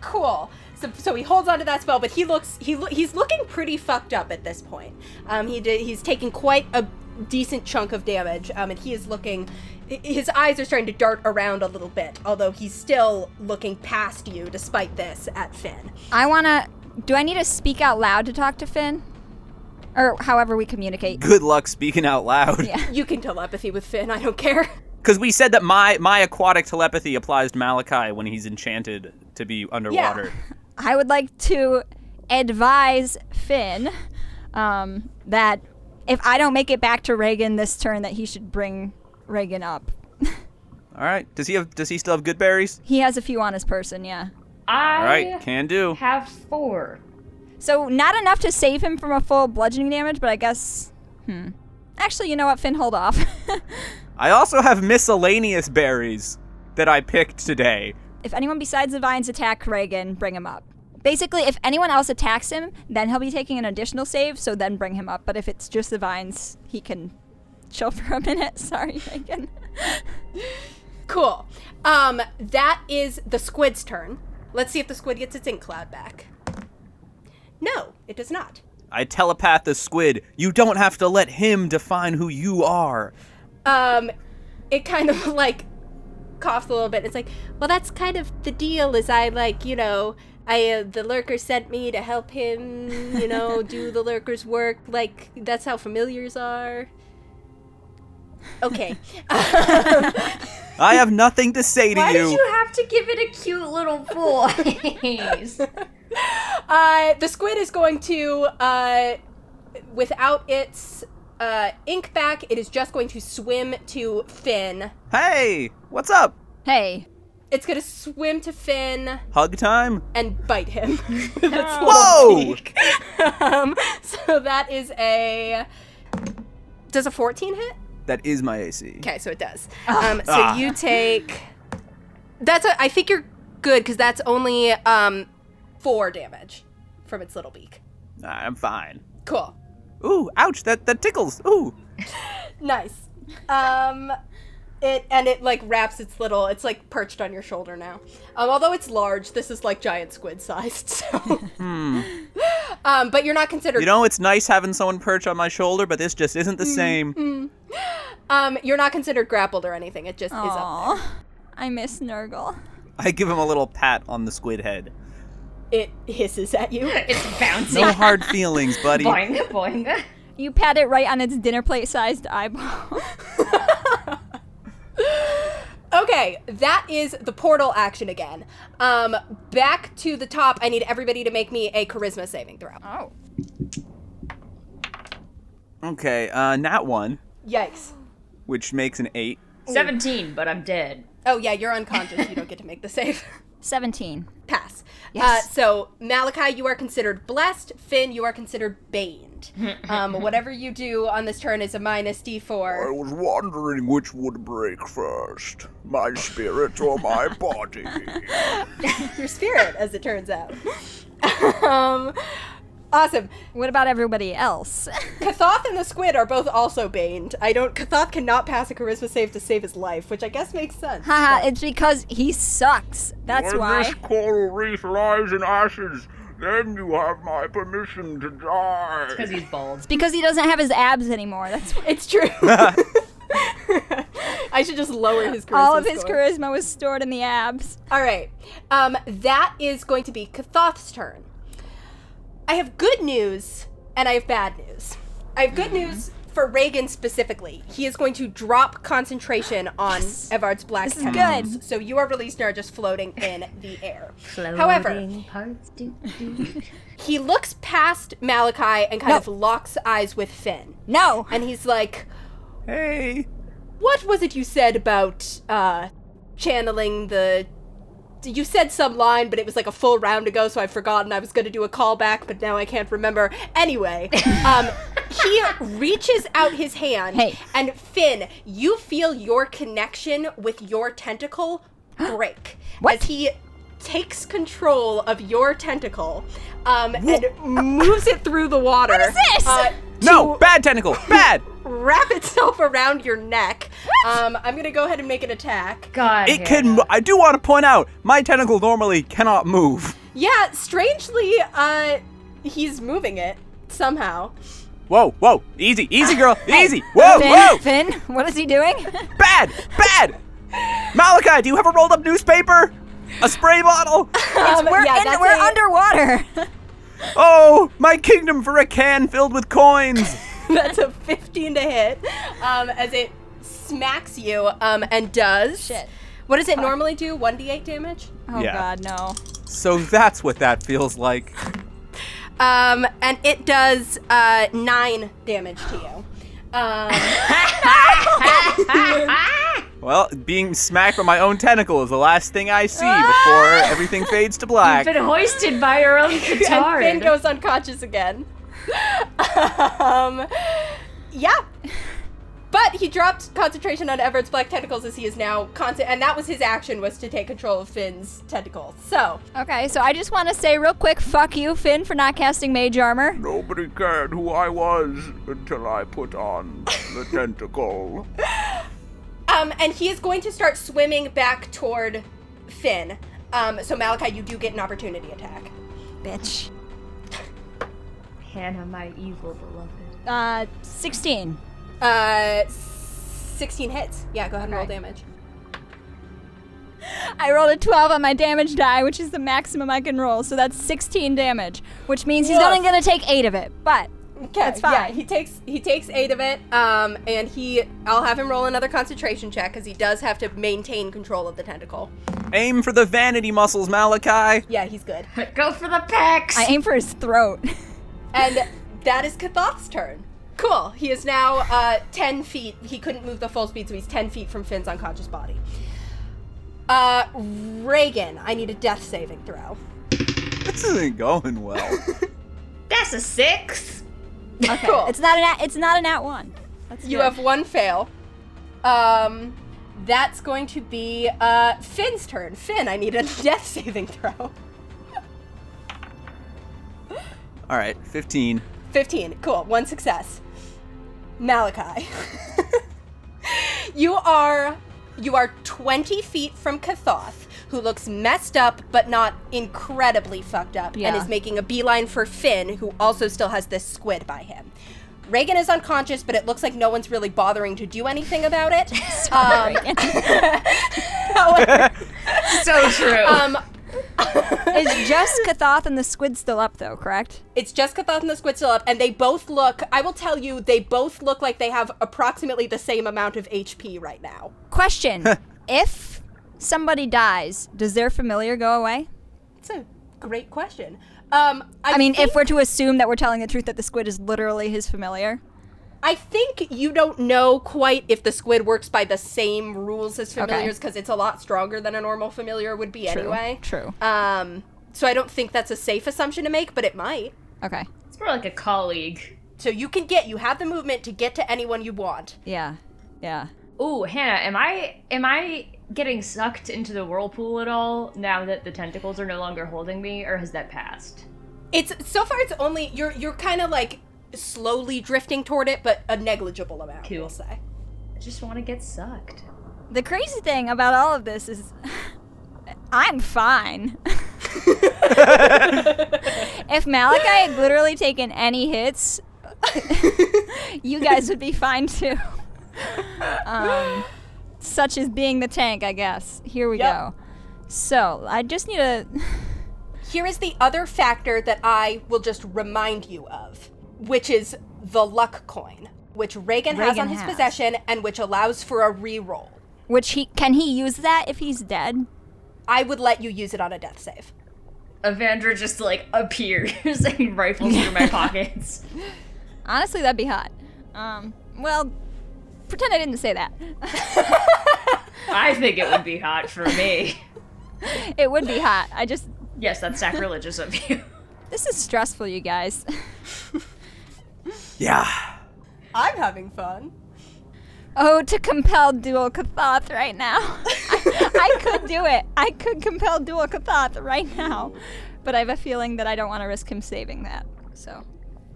Speaker 1: cool. So, so he holds onto that spell, but he looks he lo- he's looking pretty fucked up at this point. Um, he did he's taking quite a decent chunk of damage. Um, and he is looking. hi- His eyes are starting to dart around a little bit, although he's still looking past you despite this at Finn.
Speaker 3: I wanna. Do I need to speak out loud to talk to Finn? Or however we communicate.
Speaker 4: Good luck speaking out loud.
Speaker 3: Yeah.
Speaker 1: You can telepathy with Finn. I don't care.
Speaker 4: Because we said that my, my aquatic telepathy applies to Malachi when he's enchanted to be underwater.
Speaker 3: I would like to advise Finn um, that if I don't make it back to Reagan this turn, that he should bring Reagan up.
Speaker 4: All right. Does he have? Does he still have good berries?
Speaker 3: He has a few on his person, yeah.
Speaker 2: I
Speaker 4: All right. Can do.
Speaker 2: have four.
Speaker 3: So not enough to save him from a full bludgeoning damage, but I guess. Hmm. Actually, you know what, Finn, hold off.
Speaker 4: I also have miscellaneous berries that I picked today.
Speaker 3: if anyone besides the vines attack Reagan, bring him up. Basically, if anyone else attacks him, then he'll be taking an additional save, so then bring him up. But if it's just the vines, he can chill for a minute. Sorry, Reagan.
Speaker 1: Cool. Um, that is the squid's turn. Let's see if the squid gets its ink cloud back. No, it does not.
Speaker 4: I telepath the squid. You don't have to let him define who you are.
Speaker 1: Um, it kind of like coughs a little bit. It's like, well, that's kind of the deal. Is I like you know, I uh, the lurker sent me to help him, you know, do the lurker's work. Like that's how familiars are. Okay.
Speaker 4: I have nothing to say to
Speaker 2: Why
Speaker 4: you.
Speaker 2: did you have to give it a cute little voice?
Speaker 1: Uh, the squid is going to, uh, without its uh, ink back, it is just going to swim to Finn.
Speaker 4: Hey, what's up?
Speaker 3: hey,
Speaker 1: It's going to swim to Finn
Speaker 4: Hug time?
Speaker 1: and bite him. with its little
Speaker 4: Whoa!
Speaker 1: beak. um, so that is a. Does a 14 hit?
Speaker 4: That is my AC.
Speaker 1: Okay, so it does. Um, so you take. That's a. I think you're good because that's only um, four damage from its little beak.
Speaker 4: Nah, I'm fine.
Speaker 1: Cool.
Speaker 4: Ooh, ouch, that, that tickles. Ooh.
Speaker 1: Nice. Um, it and it like wraps its little. It's like perched on your shoulder now. Um, although it's large, this is like giant squid sized. So. Um, but you're not considered.
Speaker 4: You know, it's nice having someone perch on my shoulder, but this just isn't the
Speaker 2: Mm.
Speaker 4: same.
Speaker 1: um, you're not considered grappled or anything. It just is up.
Speaker 3: aw, I miss Nurgle.
Speaker 4: I give him a little pat on the squid head.
Speaker 1: It hisses at you.
Speaker 2: it's bouncy.
Speaker 4: No hard feelings, buddy.
Speaker 2: Boing, boing.
Speaker 3: You pat it right on its dinner plate-sized eyeball.
Speaker 1: Okay, that is the portal action again. Um, back to the top. I need everybody to make me a charisma saving throw.
Speaker 3: oh,
Speaker 4: Okay, uh, nat one,
Speaker 1: Yikes.
Speaker 4: which makes an eight.
Speaker 2: 17, but I'm dead.
Speaker 1: Oh yeah, you're unconscious. you don't get to make the save.
Speaker 3: 17.
Speaker 1: Pass.
Speaker 3: Yes.
Speaker 1: Uh, so Malachi, you are considered blessed. Finn, you are considered baned. Um, whatever you do on this turn is a minus
Speaker 7: I
Speaker 1: d4.
Speaker 7: was wondering which would break first, my spirit or my body.
Speaker 1: Your spirit, as it turns out. um, awesome.
Speaker 3: What about everybody else?
Speaker 1: Kathoth and the squid are both also baned. I don't. Kathoth cannot pass a charisma save to save his life, which I guess makes sense.
Speaker 3: Haha, it's because he sucks. That's
Speaker 7: when
Speaker 3: why.
Speaker 7: this coral reef lies in ashes, then you have my permission to die.
Speaker 2: Because he's bald.
Speaker 3: Because he doesn't have his abs anymore. That's why.
Speaker 1: It's true. I should just lower his charisma.
Speaker 3: All of his
Speaker 1: score.
Speaker 3: charisma was stored in the abs.
Speaker 1: All right. Um, that is going to be Kathoth's turn. I have good news and I have bad news. I have good
Speaker 3: Mm-hmm.
Speaker 1: news for Reagan specifically. He is going to drop concentration on Evard's black
Speaker 3: This is
Speaker 1: tentacles.
Speaker 3: good.
Speaker 1: So you are released and are just floating in the air. However,
Speaker 2: parts do.
Speaker 1: he looks past Malachi and kind
Speaker 3: No.
Speaker 1: of locks eyes with Finn.
Speaker 3: No.
Speaker 1: And he's like,
Speaker 4: Hey.
Speaker 1: What was it you said about uh channeling the you said some line, but it was like a full round ago, so I've forgotten. I was going to do a callback, but now I can't remember. Anyway, um, he reaches out his hand,
Speaker 3: Hey.
Speaker 1: and Finn, you feel your connection with your tentacle break
Speaker 3: What?
Speaker 1: as he takes control of your tentacle um, and moves it through the water. What is
Speaker 3: this?
Speaker 1: Uh,
Speaker 4: No, bad tentacle, bad.
Speaker 1: wrap itself around your neck. Um, I'm gonna go ahead and make an attack.
Speaker 2: God. Hannah.
Speaker 4: It can. mo- I do want to point out my tentacle normally cannot move.
Speaker 1: Yeah, strangely, uh, he's moving it somehow.
Speaker 4: Whoa, whoa, easy, easy, girl, easy. Whoa,
Speaker 3: Finn,
Speaker 4: whoa,
Speaker 3: Finn, what is he doing?
Speaker 4: bad, bad. Malachi, do you have a rolled up newspaper? A spray bottle?
Speaker 1: Um,
Speaker 3: we're
Speaker 1: yeah,
Speaker 3: in-
Speaker 1: that's
Speaker 3: we're
Speaker 1: a-
Speaker 3: underwater.
Speaker 4: Oh, my kingdom for a can filled with coins.
Speaker 1: That's a 15 to hit um, as it smacks you um, and does.
Speaker 3: Shit.
Speaker 1: What does it normally do? 1d8 damage?
Speaker 3: Oh
Speaker 4: Yeah.
Speaker 3: god, no.
Speaker 4: So that's what that feels like.
Speaker 1: Um, and it does uh, 9 damage to you. Um,
Speaker 4: Well, being smacked by my own tentacle is the last thing I see
Speaker 2: Ah!
Speaker 4: before everything fades to black.
Speaker 2: Been hoisted by her own
Speaker 1: and
Speaker 2: petard.
Speaker 1: Finn goes unconscious again. um, yeah. But he dropped concentration on Everett's black tentacles as he is now constant, and that was his action was to take control of Finn's tentacles. So
Speaker 3: Okay, so I just want to say real quick, fuck you, Finn, for not casting mage armor.
Speaker 7: Nobody cared who I was until I put on the tentacle.
Speaker 1: Um, and he is going to start swimming back toward Finn. Um, so Malachi, you do get an opportunity attack.
Speaker 3: Bitch.
Speaker 2: Hannah, my evil beloved.
Speaker 3: Uh, 16.
Speaker 1: Uh, sixteen hits. Yeah, go ahead and roll damage.
Speaker 3: I rolled a 12 on my damage die, which is the maximum I can roll, so that's 16 damage, which means he's
Speaker 1: Woof.
Speaker 3: only gonna take 8 of it, but
Speaker 1: Okay, that's
Speaker 3: fine.
Speaker 1: Yeah, he takes he takes eight of it. Um, and he I'll have him roll another concentration check because he does have to maintain control of the tentacle.
Speaker 4: Aim for the vanity muscles, Malachi.
Speaker 1: Yeah, he's good.
Speaker 2: Go for the pecs.
Speaker 3: I aim for his throat.
Speaker 1: And that is Kathoth's turn. Cool. He is now uh, 10 feet. He couldn't move the full speed, so he's 10 feet from Finn's unconscious body. Uh, Reagan, I need a death saving throw.
Speaker 4: This isn't going well.
Speaker 2: That's a six.
Speaker 1: Okay. Cool.
Speaker 3: it's not an at, it's not an at 1. That's
Speaker 1: you
Speaker 3: good.
Speaker 1: have one fail. Um, that's going to be uh, Finn's turn. Finn, I need a death saving throw.
Speaker 4: All right, 15.
Speaker 1: 15. Cool. One success. Malachi. you are you are 20 feet from Kathoth, who looks messed up but not incredibly fucked up and
Speaker 3: Yeah.
Speaker 1: is making a beeline for Finn, who also still has this squid by him. Reagan is unconscious, but it looks like no one's really bothering to do anything about it. Um, however,
Speaker 2: So true.
Speaker 1: um,
Speaker 3: Is just Kathoth and the squid still up though, correct?
Speaker 1: It's just Kathoth and the squid still up, and they both look. I will tell you, they both look like they have approximately the same amount of HP right now.
Speaker 3: Question. if somebody dies, does their familiar go away?
Speaker 1: It's a great question. Um, I,
Speaker 3: I mean,
Speaker 1: think,
Speaker 3: if we're to assume that we're telling the truth that the squid is literally his familiar.
Speaker 1: I think you don't know quite if the squid works by the same rules as familiars because it's a lot stronger than a normal familiar would be anyway.
Speaker 3: True.
Speaker 1: Um, so I don't think that's a safe assumption to make, but it might.
Speaker 3: Okay.
Speaker 2: it's more like a colleague.
Speaker 1: So you can get, you have the movement to get to anyone you want.
Speaker 3: Yeah. Yeah.
Speaker 2: Ooh, Hannah, am I am I getting sucked into the whirlpool at all now that the tentacles are no longer holding me, or has that passed?
Speaker 1: It's so far. It's only you're you're kind of like slowly drifting toward it, but a negligible amount.
Speaker 2: Cool.
Speaker 1: We'll say.
Speaker 2: I just want to get sucked.
Speaker 3: The crazy thing about all of this is I'm fine. if Malachi had literally taken any hits, you guys would be fine too. Um, such as being the tank, I guess. Here we
Speaker 1: Yep.
Speaker 3: go. So, I just need a.
Speaker 1: Here is the other factor that I will just remind you of, which is the luck coin, which Reagan, has
Speaker 3: Reagan
Speaker 1: on his
Speaker 3: has.
Speaker 1: possession and which allows for a reroll.
Speaker 3: Which he. Can he use that if he's dead?
Speaker 1: I would let you use it on a death save.
Speaker 2: Evandra just like appears and rifles through my pockets.
Speaker 3: Honestly, that'd be hot. Um, well, pretend I didn't say that.
Speaker 2: I think it would be hot for me.
Speaker 3: it would be hot. I just.
Speaker 2: Yes, that's sacrilegious of you.
Speaker 3: This is stressful, you guys.
Speaker 4: Yeah.
Speaker 1: I'm having fun.
Speaker 3: Oh, to compel dual Kathoth right now. I, I could do it. I could compel dual Kathoth right now. But I have a feeling that I don't want to risk him saving that. So,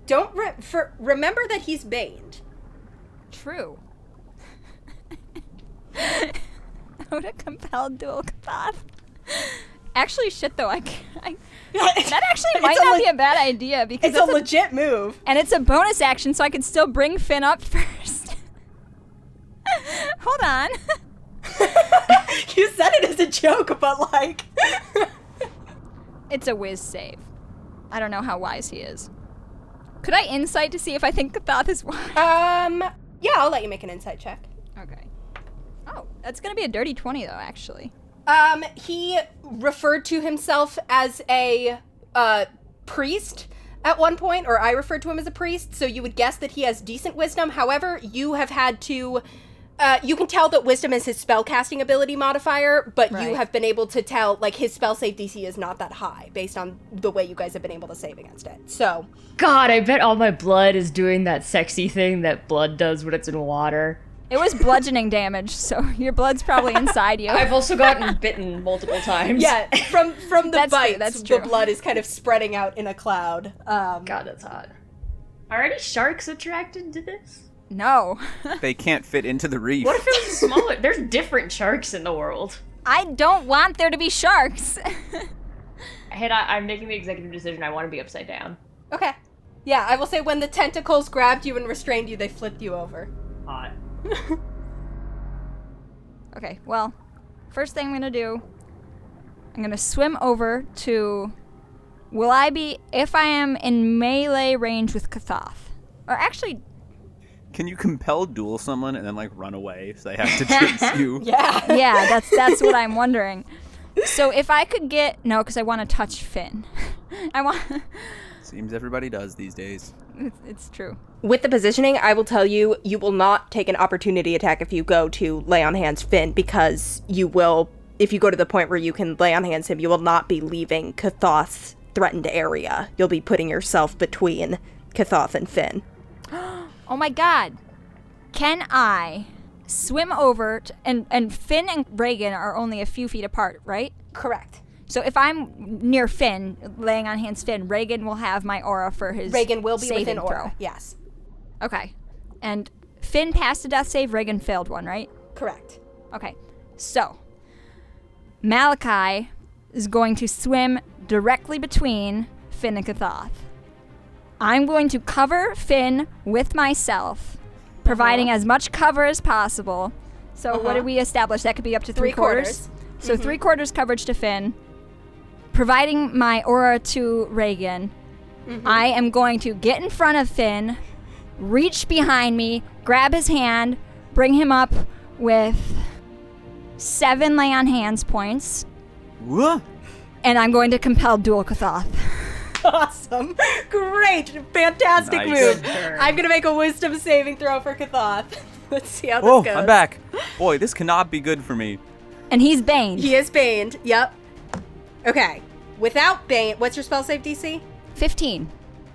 Speaker 1: Don't re- for, remember that he's baned.
Speaker 3: true. oh, to compel dual Kathoth. Actually, shit, though, I, c- I- that actually might
Speaker 1: It's a
Speaker 3: not
Speaker 1: le-
Speaker 3: be a bad idea because
Speaker 1: It's a
Speaker 3: that's a-
Speaker 1: legit move.
Speaker 3: And it's a bonus action, so I could still bring Finn up first. Hold on.
Speaker 1: you said it as a joke, but like.
Speaker 3: It's a whiz save. I don't know how wise he is. Could I insight to see if I think Kathoth is wise?
Speaker 1: um. Yeah, I'll let you make an insight check.
Speaker 3: Okay. Oh, that's gonna be a dirty 20, though, actually.
Speaker 1: Um, he referred to himself as a uh, priest at one point, or I referred to him as a priest, so you would guess that he has decent wisdom. However, you have had to. Uh, you can tell that wisdom is his spellcasting ability modifier, but you
Speaker 3: Right.
Speaker 1: have been able to tell, like, his spell save DC is not that high based on the way you guys have been able to save against it. So,
Speaker 2: God, I bet all my blood is doing that sexy thing that blood does when it's in water.
Speaker 3: It was bludgeoning damage, so your blood's probably inside you.
Speaker 2: I've also gotten bitten multiple times.
Speaker 1: yeah, from from the
Speaker 3: That's true,
Speaker 1: bites,
Speaker 3: that's
Speaker 1: the
Speaker 3: true.
Speaker 1: blood is kind of spreading out in a cloud. Um,
Speaker 2: God, that's hot. Are any sharks attracted to this?
Speaker 3: no.
Speaker 4: They can't fit into the reef.
Speaker 2: What if it was smaller? There's different sharks in the world.
Speaker 3: I don't want there to be sharks.
Speaker 2: Hey, I, I'm making the executive decision. I want to be upside down.
Speaker 1: Okay. Yeah, I will say when the tentacles grabbed you and restrained you, they flipped you over.
Speaker 2: Hot.
Speaker 3: Okay, well, first thing I'm gonna do, I'm gonna swim over to. Will I be if I am in melee range with Kathoth? Or actually,
Speaker 4: Can you compel duel someone and then like run away so they have to chase you?
Speaker 1: Yeah.
Speaker 3: yeah, that's that's what I'm wondering. So if I could get no, because I want to touch Finn. I want.
Speaker 4: Seems everybody does these days.
Speaker 3: it's, it's true.
Speaker 1: With the positioning, I will tell you, you will not take an opportunity attack if you go to lay on hands Finn because you will, if you go to the point where you can lay on hands him, you will not be leaving Kathoth's threatened area. You'll be putting yourself between Kathoth and Finn.
Speaker 3: Oh my God! Can I swim over to, and and Finn and Reagan are only a few feet apart, right?
Speaker 1: Correct.
Speaker 3: So if I'm near Finn, laying on hands Finn, Reagan will have my aura for his
Speaker 1: Reagan will be
Speaker 3: saving
Speaker 1: within aura.
Speaker 3: throw.
Speaker 1: Yes.
Speaker 3: Okay. And Finn passed a death save, Reagan failed one, right?
Speaker 1: Correct.
Speaker 3: Okay. So Malachi is going to swim directly between Finn and Kathoth. I'm going to cover Finn with myself, providing as much cover as possible. So what did we establish? That could be up to three,
Speaker 1: Three quarters.
Speaker 3: So three quarters coverage to Finn, providing my aura to Reagan. I am going to get in front of Finn, reach behind me, grab his hand, bring him up with seven lay on hands points,
Speaker 4: Whoa.
Speaker 3: and I'm going to compel dual Kathoth.
Speaker 1: Awesome. Great. Fantastic
Speaker 4: Nice.
Speaker 1: move.
Speaker 4: Good
Speaker 1: I'm going to make a wisdom saving throw for Kathoth. Let's see how this
Speaker 4: Oh,
Speaker 1: goes.
Speaker 4: I'm back. Boy, this cannot be good for me.
Speaker 3: And he's Bane.
Speaker 1: He is baned. Yep. Okay. Without bane, what's your spell save DC?
Speaker 3: 15.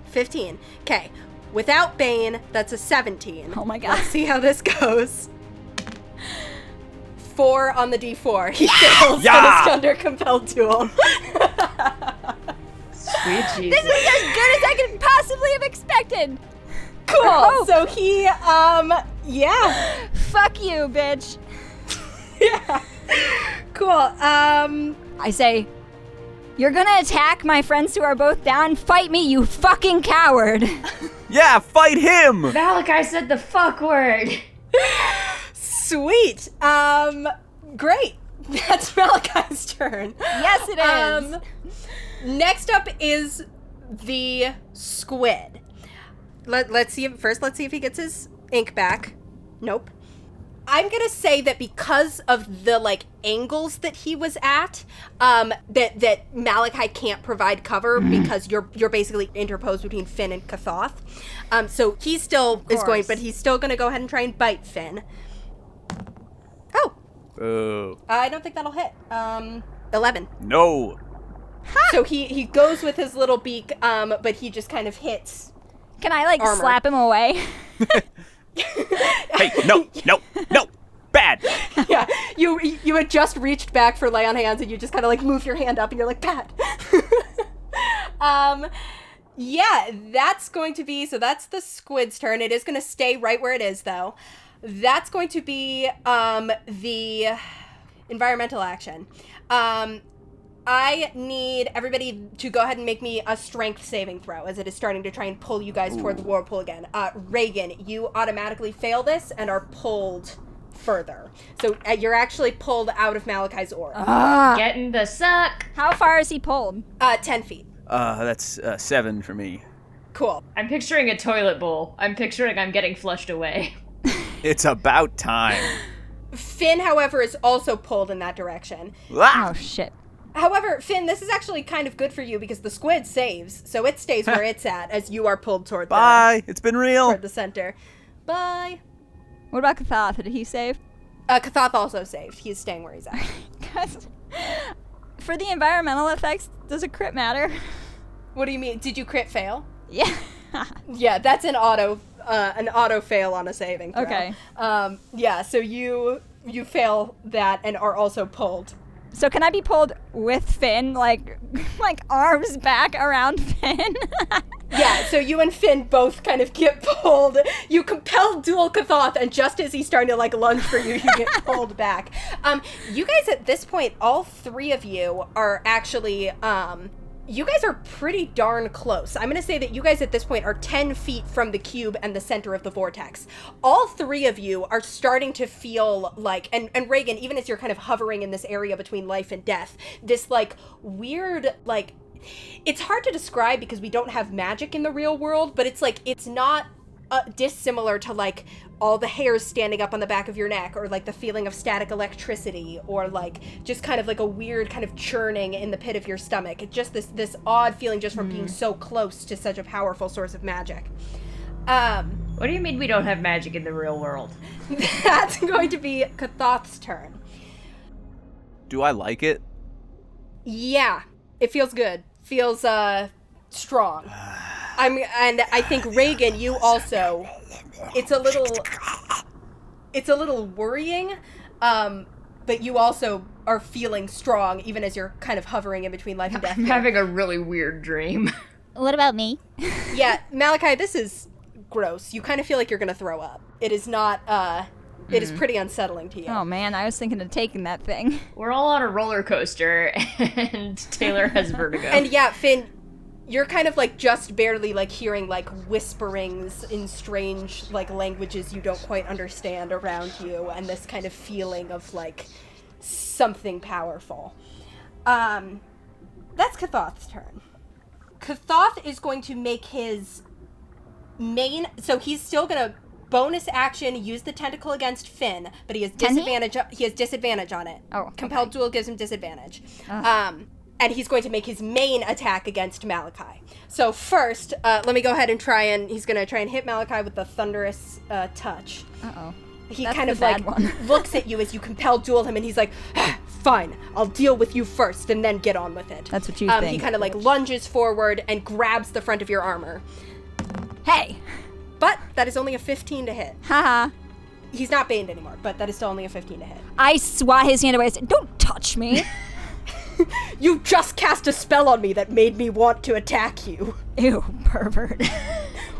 Speaker 1: 15. Okay. Without bane, that's a 17.
Speaker 3: Oh my god.
Speaker 1: Let's see how this goes. Four on the D4. He fails
Speaker 6: Yeah!
Speaker 1: and is under compelled duel.
Speaker 2: Sweet
Speaker 3: This
Speaker 2: Jesus.
Speaker 3: is as good as I could possibly have expected.
Speaker 1: cool.
Speaker 3: Oh.
Speaker 1: So he, um, yeah,
Speaker 3: Fuck you, bitch.
Speaker 1: yeah. Cool. Um,
Speaker 3: I say, You're gonna attack my friends who are both down. Fight me, you fucking coward.
Speaker 4: Yeah, fight him.
Speaker 2: Malachi said the fuck word.
Speaker 1: sweet. Um, great. That's Malachi's turn.
Speaker 3: Yes, it is.
Speaker 1: Um, next up is the squid. Let, let's see. if- First, let's see if he gets his ink back. Nope. I'm gonna say that because of the like angles that he was at, um, that that Malachi can't provide cover because you're you're basically interposed between Finn and Kathoth. Um, so he still is going,
Speaker 3: course.
Speaker 1: but he's still gonna go ahead and try and bite Finn. Oh,
Speaker 4: Oh
Speaker 1: I don't think that'll hit. Um, eleven.
Speaker 4: no.
Speaker 1: So he he goes with his little beak, um, but he just kind of hits.
Speaker 3: Can I like
Speaker 1: armor.
Speaker 3: slap him away?
Speaker 6: Hey, no, no, no. Bad.
Speaker 1: yeah, you you had just reached back for lay on hands, and you just kind of like moved your hand up, and you're like pat. um, yeah, that's going to be so. That's the squid's turn. It is going to stay right where it is, though. That's going to be um the environmental action. Um, I need everybody to go ahead and make me a strength saving throw as it is starting to try and pull you guys toward the whirlpool again. Uh, Reagan, you automatically fail this and are pulled further. So uh, you're actually pulled out of Malachi's orb. Uh,
Speaker 2: Getting the suck.
Speaker 3: How far is he pulled?
Speaker 1: 10 feet.
Speaker 4: Uh, that's uh, seven for me.
Speaker 1: Cool.
Speaker 2: I'm picturing a toilet bowl. I'm picturing I'm getting flushed away.
Speaker 4: It's about time.
Speaker 1: Finn, however, is also pulled in that direction.
Speaker 4: Ah,
Speaker 3: Oh shit.
Speaker 1: However, Finn, this is actually kind of good for you because the squid saves, so it stays where it's at as you are pulled toward the,
Speaker 4: Bye. It's been real.
Speaker 1: toward the center. Bye.
Speaker 3: What about Kathatha? Did he save?
Speaker 1: Uh, Kathoth also saved. He's staying where he's at.
Speaker 3: 'Cause for the environmental effects, does a crit matter?
Speaker 1: What do you mean? Did you crit fail?
Speaker 3: Yeah.
Speaker 1: Yeah, that's an auto uh, an auto fail on a saving throw.
Speaker 3: Okay.
Speaker 1: Um, yeah, so you you fail that and are also pulled.
Speaker 3: so can I be pulled with Finn, like, like arms back around Finn?
Speaker 1: Yeah, so you and Finn both kind of get pulled. You compel dual Kathoth, and just as he's starting to like lunge for you, you get pulled back. Um, you guys at this point, all three of you are actually um, you guys are pretty darn close. I'm gonna say that you guys at this point are ten feet from the cube and the center of the vortex. All three of you are starting to feel like, and and Reagan, even as you're kind of hovering in this area between life and death, this like weird like it's hard to describe because we don't have magic in the real world, but it's like it's not uh, dissimilar to like all the hairs standing up on the back of your neck or like the feeling of static electricity or like just kind of like a weird kind of churning in the pit of your stomach. It's just this this odd feeling just from being so close to such a powerful source of magic. Um
Speaker 2: What do you mean we don't have magic in the real world?
Speaker 1: that's going to be Kathoth's turn.
Speaker 4: Do I like it?
Speaker 1: Yeah, it feels good. Feels uh strong. I'm and I think Reagan, you also. It's a little. It's a little worrying, um, but you also are feeling strong even as you're kind of hovering in between life and death.
Speaker 2: I'm having a really weird dream.
Speaker 5: What about me?
Speaker 1: yeah, Malachi, this is gross. You kind of feel like you're gonna throw up. It is not. Uh, it is pretty unsettling to you.
Speaker 3: oh man, I was thinking of taking that thing.
Speaker 2: We're all on a roller coaster, and Taylor has vertigo.
Speaker 1: And yeah, Finn, you're kind of like just barely like hearing like whisperings in strange like languages you don't quite understand around you, and this kind of feeling of like something powerful. Um, that's Kathoth's turn. Kathoth is going to make his main. So he's still gonna bonus action use the tentacle against Finn, but he has
Speaker 3: he?
Speaker 1: disadvantage. He? has disadvantage on it.
Speaker 3: Oh, Ah.
Speaker 1: compelled duel gives him disadvantage. Um, and he's going to make his main attack against Malachi. So first, uh, let me go ahead and try and he's gonna try and hit Malachi with the thunderous uh, touch
Speaker 3: Uh oh.
Speaker 1: he
Speaker 3: That's
Speaker 1: kind
Speaker 3: the
Speaker 1: of like
Speaker 3: bad one.
Speaker 1: looks at you as you compel duel him and he's like "Ah, fine i'll deal with you first and then get on with it
Speaker 3: That's what you
Speaker 1: um, he
Speaker 3: think,
Speaker 1: kind of like lunges forward and grabs the front of your armor
Speaker 3: Hey!
Speaker 1: but that is only a 15 to hit
Speaker 3: Haha.
Speaker 1: he's not banned anymore but that is still only a 15 to hit
Speaker 3: I swat his hand away. I said, Don't touch me.
Speaker 1: you just cast a spell on me that made me want to attack you
Speaker 3: Ew, pervert.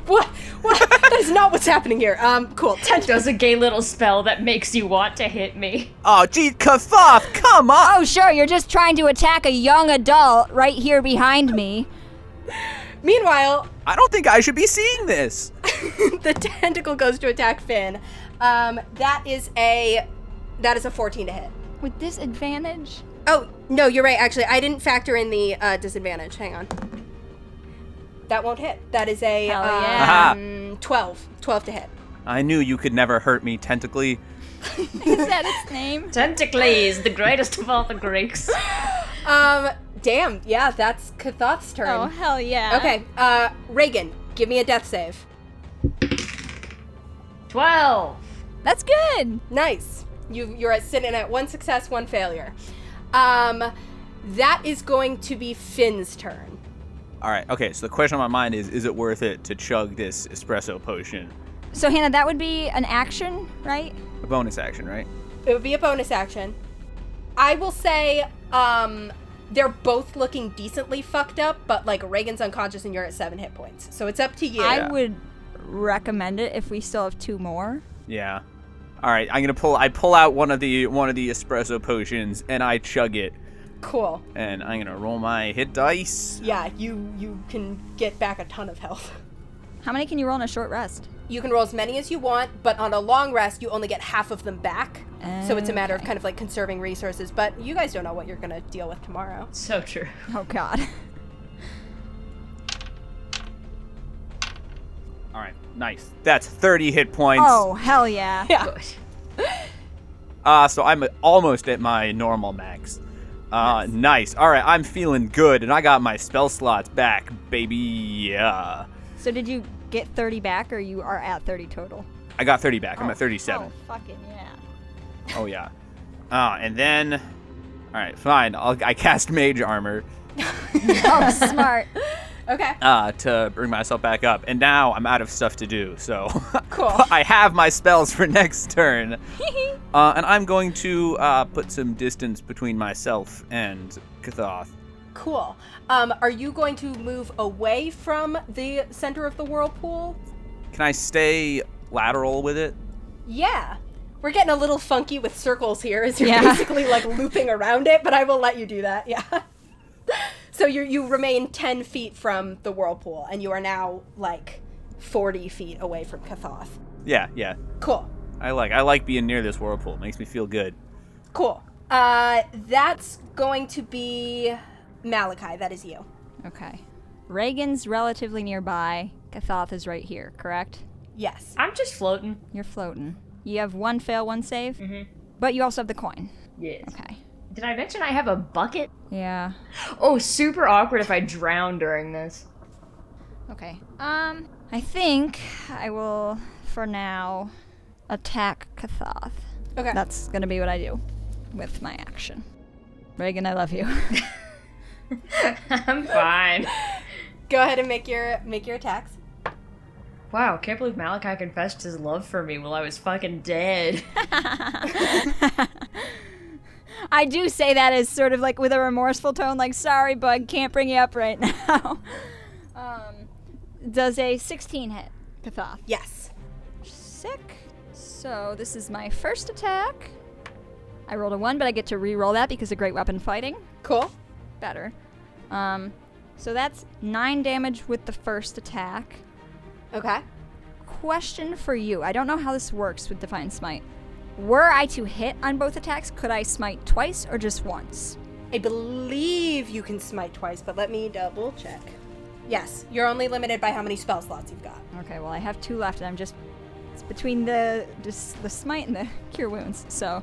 Speaker 1: what what that is not what's happening here um cool 10
Speaker 2: does a gay little spell that makes you want to hit me.
Speaker 4: Oh, gee, Kathoth, come on.
Speaker 3: oh, sure, you're just trying to attack a young adult right here behind me.
Speaker 1: meanwhile
Speaker 4: I don't think I should be seeing this.
Speaker 1: the tentacle goes to attack finn um that is a that is a 14 to hit
Speaker 3: With disadvantage?
Speaker 1: Oh, no, you're right, actually. I didn't factor in the uh, disadvantage. Hang on. That won't hit. That is a
Speaker 3: Hell
Speaker 1: um,
Speaker 3: yeah.
Speaker 1: 12. 12 to hit.
Speaker 4: I knew you could never hurt me tentacly.
Speaker 3: Is that its name?
Speaker 2: Tentacles, the greatest of all the Greeks.
Speaker 1: Um, damn. Yeah, that's Kathoth's turn.
Speaker 3: Oh, hell yeah.
Speaker 1: okay, uh, Reagan, give me a death save.
Speaker 2: Twelve.
Speaker 3: That's good.
Speaker 1: Nice. You, you're at sitting at one success, one failure. Um, that is going to be Finn's turn.
Speaker 4: All right. Okay. So the question on my mind is: Is it worth it to chug this espresso potion?
Speaker 3: So Hannah, that would be an action, right?
Speaker 6: A bonus action, right?
Speaker 1: It would be a bonus action. I will say, um, they're both looking decently fucked up, but like Reagan's unconscious and you're at seven hit points. So it's up to you.
Speaker 3: I would recommend it if we still have two more.
Speaker 4: Yeah. All right, I'm gonna pull. I pull out one of the one of the espresso potions and I chug it,
Speaker 1: cool.
Speaker 4: and I'm gonna roll my hit dice.
Speaker 1: Yeah, you you can get back a ton of health.
Speaker 3: How many can you roll in a short rest?
Speaker 1: You can roll as many as you want, but on a long rest, you only get half of them back. So it's a matter of
Speaker 3: Okay.
Speaker 1: kind of like conserving resources. But you guys don't know what you're gonna deal with tomorrow.
Speaker 2: So true.
Speaker 3: Oh God.
Speaker 4: All right, nice. That's 30 hit points.
Speaker 3: Oh hell yeah.
Speaker 2: Good.
Speaker 4: Uh, so I'm almost at my normal max. Uh, nice. All right, I'm feeling good, and I got my spell slots back, baby. Yeah.
Speaker 3: So did you get 30 back, or you are at 30 total?
Speaker 4: I got 30 back. I'm at 37.
Speaker 3: Oh fucking yeah.
Speaker 4: Oh, yeah. Uh, and then, all right, fine. I'll, I cast mage armor
Speaker 3: Oh smart.
Speaker 1: Okay.
Speaker 4: uh, to bring myself back up, and now I'm out of stuff to do. So
Speaker 1: Cool.
Speaker 4: I have my spells for next turn, uh, and I'm going to uh, put some distance between myself and Kathoth.
Speaker 1: Cool. Um, are you going to move away from the center of the whirlpool?
Speaker 4: Can I stay lateral with it?
Speaker 1: Yeah. We're getting a little funky with circles here as you're
Speaker 3: Yeah.
Speaker 1: basically like looping around it, but I will let you do that. Yeah. so you you remain 10 feet from the whirlpool and you are now like 40 feet away from Kathoth.
Speaker 4: Yeah, yeah.
Speaker 1: Cool.
Speaker 4: I like I like being near this whirlpool. It makes me feel good.
Speaker 1: Cool. Uh that's going to be Malachi, that is you.
Speaker 3: okay. Reagan's relatively nearby. Kathoth is right here, correct?
Speaker 1: Yes.
Speaker 2: I'm just floating.
Speaker 3: You're floating. You have one fail, one save. Mm-hmm. But you also have the coin.
Speaker 2: Yes.
Speaker 3: Okay.
Speaker 2: Did I mention I have a bucket?
Speaker 3: Yeah.
Speaker 2: Oh, super awkward if I drown during this.
Speaker 3: Okay. Um, I think I will, for now, attack Kathoth.
Speaker 1: Okay.
Speaker 3: That's gonna be what I do with my action. Reagan, I love you.
Speaker 2: I'm fine.
Speaker 1: Go ahead and make your make your attacks.
Speaker 2: Wow, can't believe Malachi confessed his love for me while I was fucking dead.
Speaker 3: I do say that as sort of like with a remorseful tone, like sorry, bug, can't bring you up right now. um, does a 16 hit Kathoth?
Speaker 1: Yes.
Speaker 3: Sick. So this is my first attack. I rolled a one, but I get to re-roll that because of great weapon fighting.
Speaker 1: Cool.
Speaker 3: Better. Um, so that's nine damage with the first attack.
Speaker 1: Okay.
Speaker 3: Question for you: I don't know how this works with divine smite. Were I to hit on both attacks, could I smite twice or just once?
Speaker 1: I believe you can smite twice, but let me double check. Yes, you're only limited by how many spell slots you've got.
Speaker 3: Okay, well I have two left, and I'm just it's between the just the smite and the cure wounds. So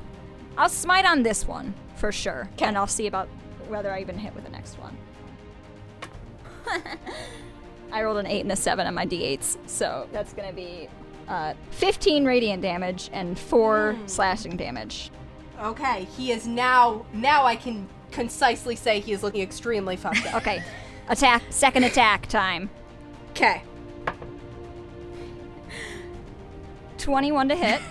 Speaker 3: I'll smite on this one for sure,
Speaker 1: Okay.
Speaker 3: and I'll see about whether I even hit with the next one. I rolled an eight and a seven on my d8s, so that's gonna be uh, 15 radiant damage and four slashing damage.
Speaker 1: Okay, he is now. Now I can concisely say he is looking extremely fucked up.
Speaker 3: Okay, attack, second attack time.
Speaker 1: okay.
Speaker 3: 21 to hit.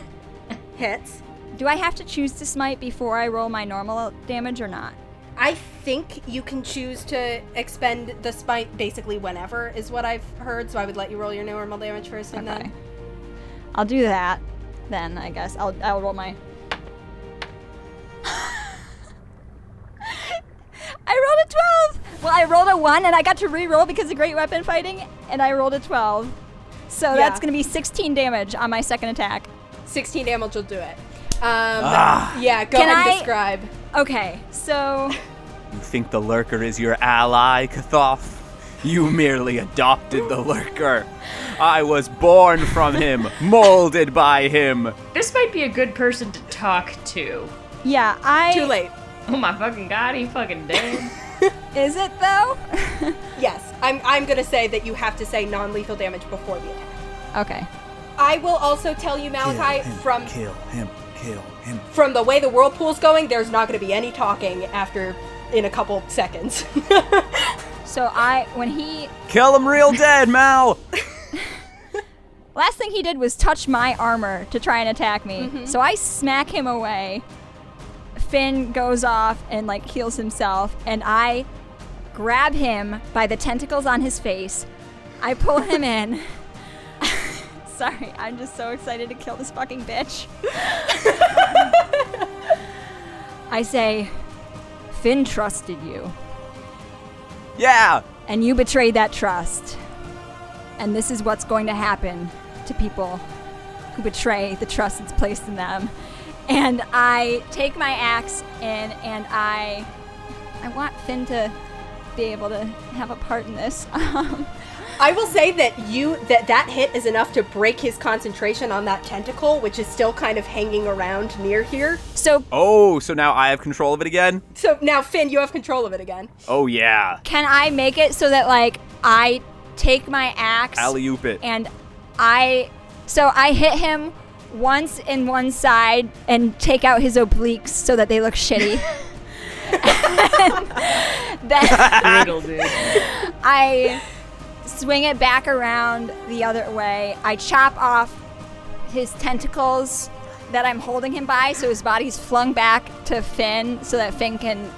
Speaker 1: Hits.
Speaker 3: Do I have to choose to smite before I roll my normal damage or not?
Speaker 1: I think you can choose to expend the spite basically whenever, is what I've heard, so I would let you roll your normal damage first and
Speaker 3: Okay.
Speaker 1: then.
Speaker 3: I'll do that then, I guess. I'll, I'll roll my. I rolled a 12! Well, I rolled a 1 and I got to re roll because of great weapon fighting, and I rolled a 12. So that's
Speaker 1: Yeah.
Speaker 3: going to be 16 damage on my second attack.
Speaker 1: 16 damage will do it. Um,
Speaker 4: Ah.
Speaker 1: Yeah, go
Speaker 3: Can
Speaker 1: ahead and
Speaker 3: I-
Speaker 1: describe.
Speaker 3: Okay, so.
Speaker 4: You think the lurker is your ally, Kathoth? You merely adopted the lurker. I was born from him, molded by him.
Speaker 2: this might be a good person to talk to.
Speaker 3: Yeah, I.
Speaker 1: Too late.
Speaker 2: Oh my fucking god, he fucking dead.
Speaker 3: Is it though?
Speaker 1: Yes, I'm, I'm gonna say that you have to say non lethal damage before the attack.
Speaker 3: okay.
Speaker 1: I will also tell you, Malachi, from
Speaker 6: kill him, kill him.
Speaker 1: from the way the whirlpool's going, there's not going to be any talking after in a couple seconds.
Speaker 3: So I. When he
Speaker 4: Kill him real dead, Mal.
Speaker 3: Last thing he did was touch my armor to try and attack me. So I smack him away. Finn goes off and like heals himself, and I grab him by the tentacles on his face. I pull him in. Sorry, I'm just so excited to kill this fucking bitch. I say, Finn trusted you
Speaker 4: Yeah.
Speaker 3: and you betrayed that trust. And this is what's going to happen to people who betray the trust that's placed in them. And I take my axe and and I I want Finn to be able to have a part in this. Um,
Speaker 1: I will say that you that that hit is enough to break his concentration on that tentacle, which is still kind of hanging around near here.
Speaker 3: so
Speaker 4: Oh, so now I have control of it again?
Speaker 1: So now, Finn, you have control of it again.
Speaker 4: Oh yeah.
Speaker 3: can I make it so that like I take my axe
Speaker 4: Alley oop it.
Speaker 3: and I so I hit him once in one side and take out his obliques so that they look shitty. then
Speaker 2: Brutal, dude.
Speaker 3: I swing it back around the other way. I chop off his tentacles that I'm holding him by so his body's flung back to Finn so that Finn can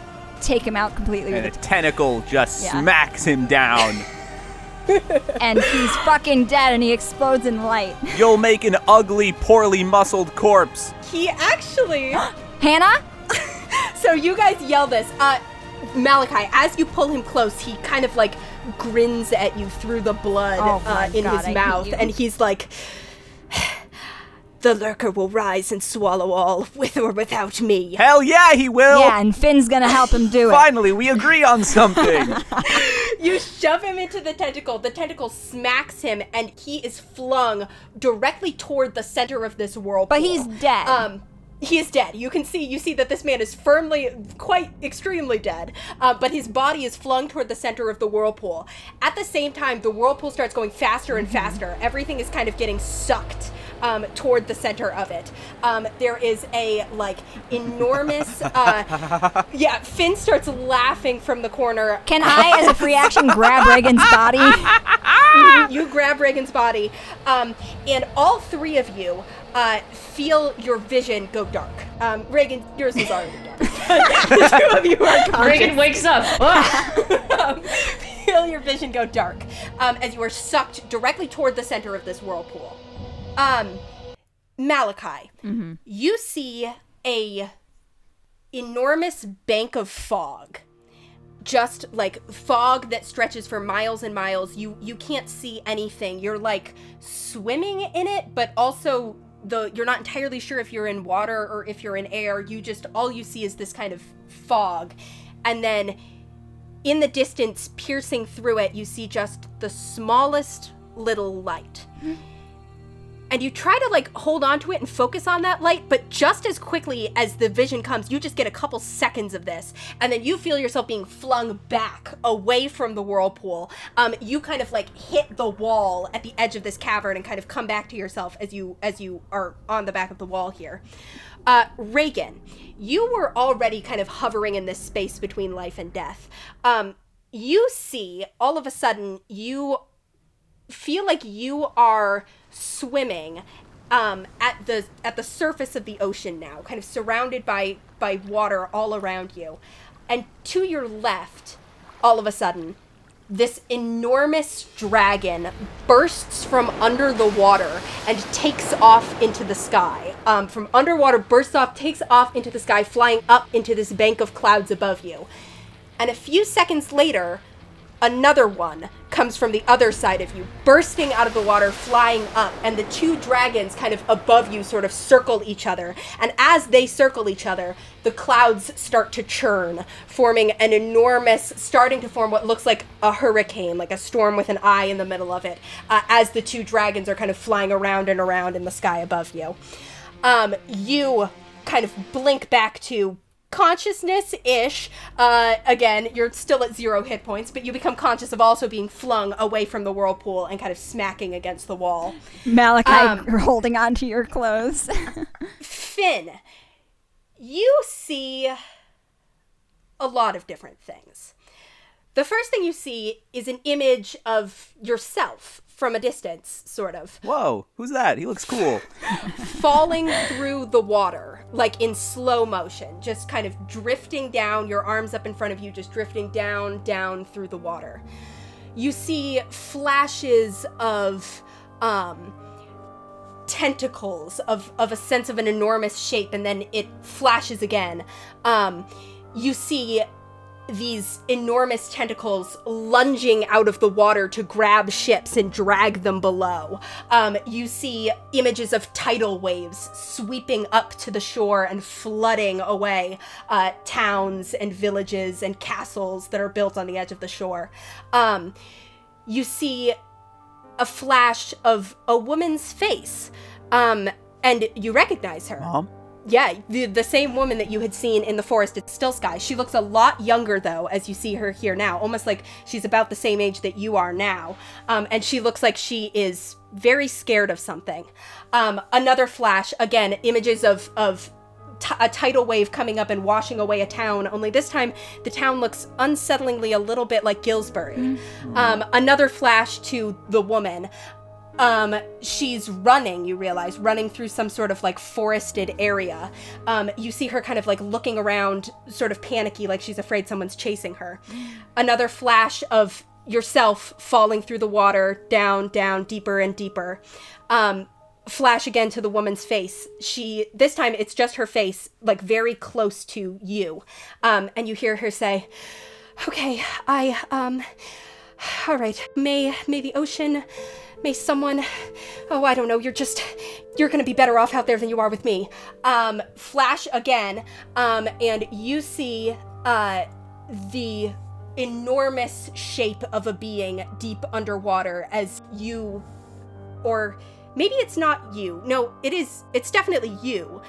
Speaker 3: take him out completely with
Speaker 4: And
Speaker 3: a
Speaker 4: a tentacle just
Speaker 3: Yeah.
Speaker 4: smacks him down.
Speaker 3: and he's fucking dead and he explodes in light.
Speaker 4: You'll make an ugly, poorly muscled corpse.
Speaker 1: He actually.
Speaker 3: Hannah?
Speaker 1: So you guys yell this. Uh, Malachi, as you pull him close, he kind of like grins at you through the blood
Speaker 3: Oh my
Speaker 1: uh, in
Speaker 3: God, I
Speaker 1: his
Speaker 3: hate
Speaker 1: mouth,
Speaker 3: you.
Speaker 1: and he's like, "The lurker will rise and swallow all, with or without me."
Speaker 4: Hell yeah, he will.
Speaker 3: Yeah, and Finn's gonna help him do it.
Speaker 4: Finally, we agree on something.
Speaker 1: You shove him into the tentacle. The tentacle smacks him, and he is flung directly toward the center of this whirlpool.
Speaker 3: But he's dead.
Speaker 1: Um, he is dead. You can see. You see that this man is firmly, quite extremely dead. Uh, but his body is flung toward the center of the whirlpool. At the same time, the whirlpool starts going faster and faster. Everything is kind of getting sucked. Um, toward the center of it, um, there is a like enormous. Uh, yeah, Finn starts laughing from the corner.
Speaker 3: Can I, as a free action, grab Reagan's body?
Speaker 1: you grab Reagan's body, um, and all three of you uh, feel your vision go dark. Um, Reagan, yours is already dark. the two of you are conscious.
Speaker 2: Reagan wakes up. Ah!
Speaker 1: Um, feel your vision go dark um, as you are sucked directly toward the center of this whirlpool. Um, Malachi, you see a enormous bank of fog just like fog that stretches for miles and miles you you can't see anything you're like swimming in it but also the you're not entirely sure if you're in water or if you're in air you just all you see is this kind of fog and then in the distance piercing through it you see just the smallest little light and you try to like hold on to it and focus on that light but just as quickly as the vision comes you just get a couple seconds of this and then you feel yourself being flung back away from the whirlpool um, you kind of like hit the wall at the edge of this cavern and kind of come back to yourself as you as you are on the back of the wall here uh, reagan you were already kind of hovering in this space between life and death um, you see all of a sudden you feel like you are swimming um, at the at the surface of the ocean now, kind of surrounded by by water all around you, and to your left, all of a sudden, this enormous dragon bursts from under the water and takes off into the sky. Um, from underwater, bursts off, takes off into the sky, flying up into this bank of clouds above you. And a few seconds later, another one comes from the other side of you, bursting out of the water, flying up, and the two dragons kind of above you sort of circle each other. And as they circle each other, the clouds start to churn, forming an enormous, starting to form what looks like a hurricane, like a storm with an eye in the middle of it, uh, as the two dragons are kind of flying around and around in the sky above you. Um, you kind of blink back to consciousness ish. Uh, again, you're still at zero hit points, but you become conscious of also being flung away from the whirlpool and kind of smacking against the wall.
Speaker 3: Malachi, you're holding on to your clothes.
Speaker 1: Finn, you see a lot of different things. The first thing you see is an image of yourself from a distance, sort of,
Speaker 4: Whoa, who's that? He looks cool.
Speaker 1: falling through the water, like in slow motion, just kind of drifting down, your arms up in front of you, just drifting down, down through the water. You see flashes of um, tentacles of, of a sense of an enormous shape, and then it flashes again. Um, you see these enormous tentacles lunging out of the water to grab ships and drag them below. Um, you see images of tidal waves sweeping up to the shore and flooding away uh, towns and villages and castles that are built on the edge of the shore. Um, you see a flash of a woman's face, um, and you recognize her.
Speaker 4: Mom?
Speaker 1: Yeah, the, the same woman that you had seen in the forest at Still Sky. She looks a lot younger, though, as you see her here now, almost like she's about the same age that you are now. Um, and she looks like she is very scared of something. Um, another flash, again, images of, of t- a tidal wave coming up and washing away a town, only this time the town looks unsettlingly a little bit like Gillsbury. Um, another flash to the woman. Um, she's running, you realize, running through some sort of like forested area. Um, you see her kind of like looking around, sort of panicky, like she's afraid someone's chasing her. Another flash of yourself falling through the water, down, down, deeper and deeper. Um, flash again to the woman's face. She, this time it's just her face, like very close to you. Um, and you hear her say, Okay, I, um, all right. May may the ocean, may someone. Oh, I don't know. You're just you're gonna be better off out there than you are with me. Um, flash again. Um, and you see uh the enormous shape of a being deep underwater as you, or maybe it's not you. No, it is. It's definitely you.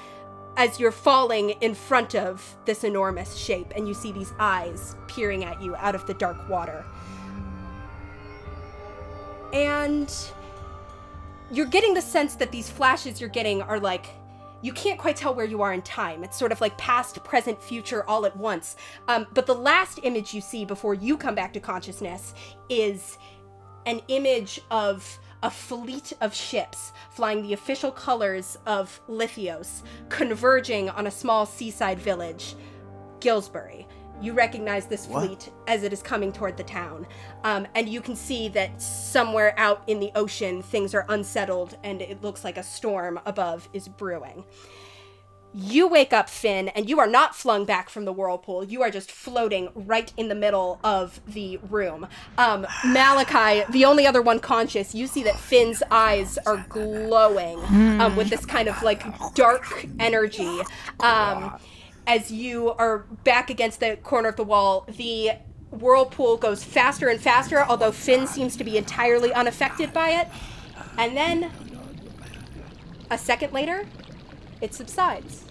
Speaker 1: As you're falling in front of this enormous shape, and you see these eyes peering at you out of the dark water and you're getting the sense that these flashes you're getting are like you can't quite tell where you are in time. It's sort of like past, present, future all at once. Um, but the last image you see before you come back to consciousness is an image of a fleet of ships flying the official colors of Lithios, converging on a small seaside village, Gillsbury. You recognize this fleet as it is coming toward the town. Um, and you can see that somewhere out in the ocean, things are unsettled and it looks like a storm above is brewing. You wake up, Finn, and you are not flung back from the whirlpool. You are just floating right in the middle of the room. Um, Malachi, the only other one conscious, you see that Finn's eyes are glowing um, with this kind of like dark energy. Um, as you are back against the corner of the wall, the whirlpool goes faster and faster, although Finn seems to be entirely unaffected by it. And then, a second later, it subsides.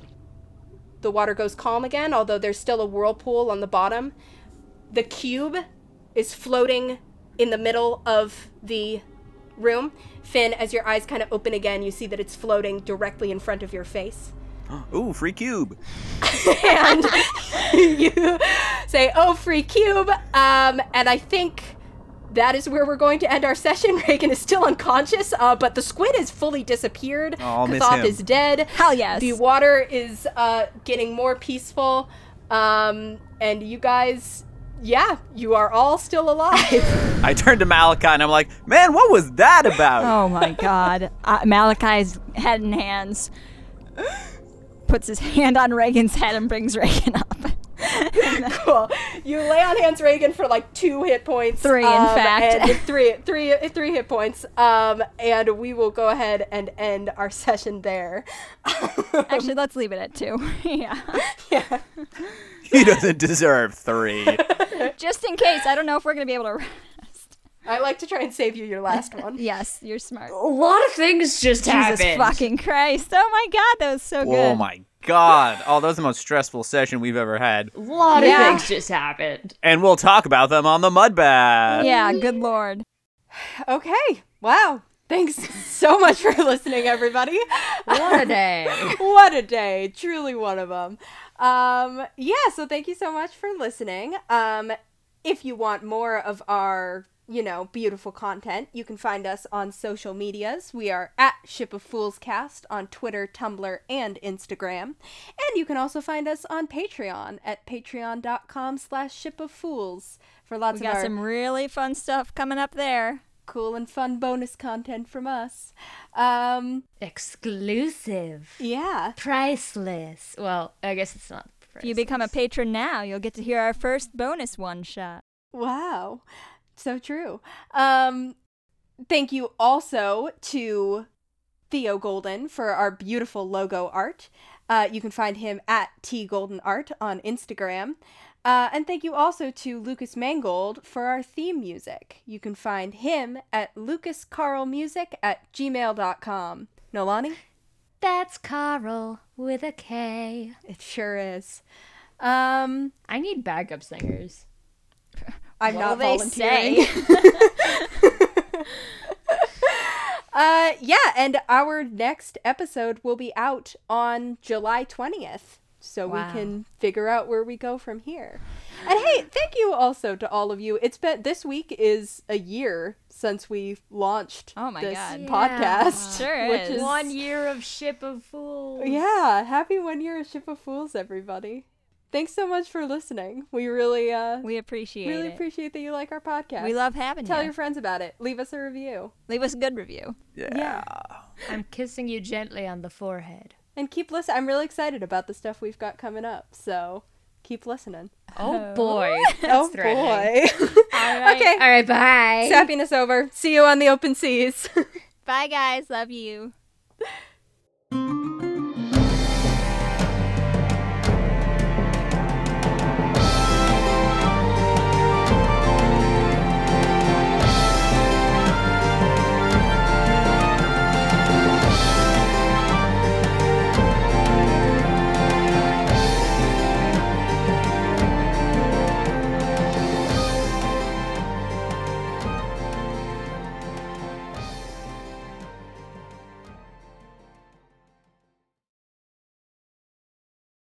Speaker 1: The water goes calm again, although there's still a whirlpool on the bottom. The cube is floating in the middle of the room. Finn, as your eyes kind of open again, you see that it's floating directly in front of your face.
Speaker 4: Ooh, free cube.
Speaker 1: And you say, Oh, free cube. Um, and I think that is where we're going to end our session. Reagan is still unconscious, uh, but the squid has fully disappeared.
Speaker 4: Oh, I'll miss
Speaker 1: Kathoth
Speaker 4: him.
Speaker 1: is dead.
Speaker 3: Hell yes.
Speaker 1: The water is uh, getting more peaceful. Um, and you guys, yeah, you are all still alive.
Speaker 4: I turned to Malachi and I'm like, man, what was that about?
Speaker 3: Oh my god. Uh, Malachi's head in hands puts his hand on Reagan's head and brings Reagan up.
Speaker 1: cool. You lay on hands Reagan for like two hit points.
Speaker 3: Three, in
Speaker 1: um,
Speaker 3: fact.
Speaker 1: And three, three, three hit points. Um, and we will go ahead and end our session there.
Speaker 3: Actually, let's leave it at two. yeah.
Speaker 1: yeah.
Speaker 4: He doesn't deserve three.
Speaker 3: Just in case, I don't know if we're going to be able to.
Speaker 1: I like to try and save you your last one.
Speaker 3: Yes, you're smart.
Speaker 2: A lot of things just
Speaker 3: Jesus
Speaker 2: happened.
Speaker 3: fucking Christ. Oh my god, that was so good.
Speaker 4: oh my god. Oh, that was the most stressful session we've ever had.
Speaker 2: A lot of
Speaker 3: Yeah.
Speaker 2: things just happened.
Speaker 4: And we'll talk about them on the mud bath.
Speaker 3: Yeah, good lord.
Speaker 1: Okay. Wow. Thanks so much for listening, everybody.
Speaker 2: What a day.
Speaker 1: what a day truly one of them um yeah so thank you so much for listening um if you want more of our you know, beautiful content, you can find us on social medias. We are at Ship of Fools Cast on Twitter, Tumblr, and Instagram. And you can also find us on Patreon at patreon.com slash ship of fools for lots
Speaker 3: We
Speaker 1: of
Speaker 3: got
Speaker 1: our
Speaker 3: some really fun stuff coming up there.
Speaker 1: cool and fun bonus content from us. Um,
Speaker 2: Exclusive.
Speaker 1: yeah.
Speaker 2: Priceless. Well, I guess it's not.
Speaker 3: If you become a patron now, you'll get to hear our first bonus one shot.
Speaker 1: Wow. So true. Um thank you also to Theo Golden for our beautiful logo art. Uh, you can find him at T Golden Art on Instagram. Uh, and thank you also to Lucas Mangold for our theme music. You can find him at lucascarlmusic at gmail.com. Nolani?
Speaker 2: That's Carl with a K.
Speaker 1: It sure is. Um,
Speaker 2: I need backup singers.
Speaker 1: I'm
Speaker 3: What'll
Speaker 1: not
Speaker 3: they
Speaker 1: volunteering. uh, yeah, and our next episode will be out on July 20th. So
Speaker 3: Wow.
Speaker 1: we can figure out where we go from here. And hey, thank you also to all of you. It's been this week is a year since we launched
Speaker 3: Oh my
Speaker 1: this
Speaker 3: God.
Speaker 1: podcast.
Speaker 3: Yeah. Sure
Speaker 1: which
Speaker 3: is.
Speaker 2: One year of Ship of Fools.
Speaker 1: Yeah, happy one year of Ship of Fools, everybody. Thanks so much for listening. We really uh
Speaker 3: We appreciate
Speaker 1: really
Speaker 3: it.
Speaker 1: appreciate that you like our podcast.
Speaker 3: we love having
Speaker 1: Tell
Speaker 3: you.
Speaker 1: your friends about it. Leave us a review.
Speaker 3: Leave us a good review.
Speaker 1: Yeah.
Speaker 2: I'm kissing you gently on the forehead.
Speaker 1: And keep listening. I'm really excited about the stuff we've got coming up. So keep listening.
Speaker 2: Oh boy.
Speaker 1: oh
Speaker 2: threatening.
Speaker 1: boy. Okay.
Speaker 2: All right, bye.
Speaker 1: Sappiness over. See you on the open seas.
Speaker 3: Bye, guys. Love you.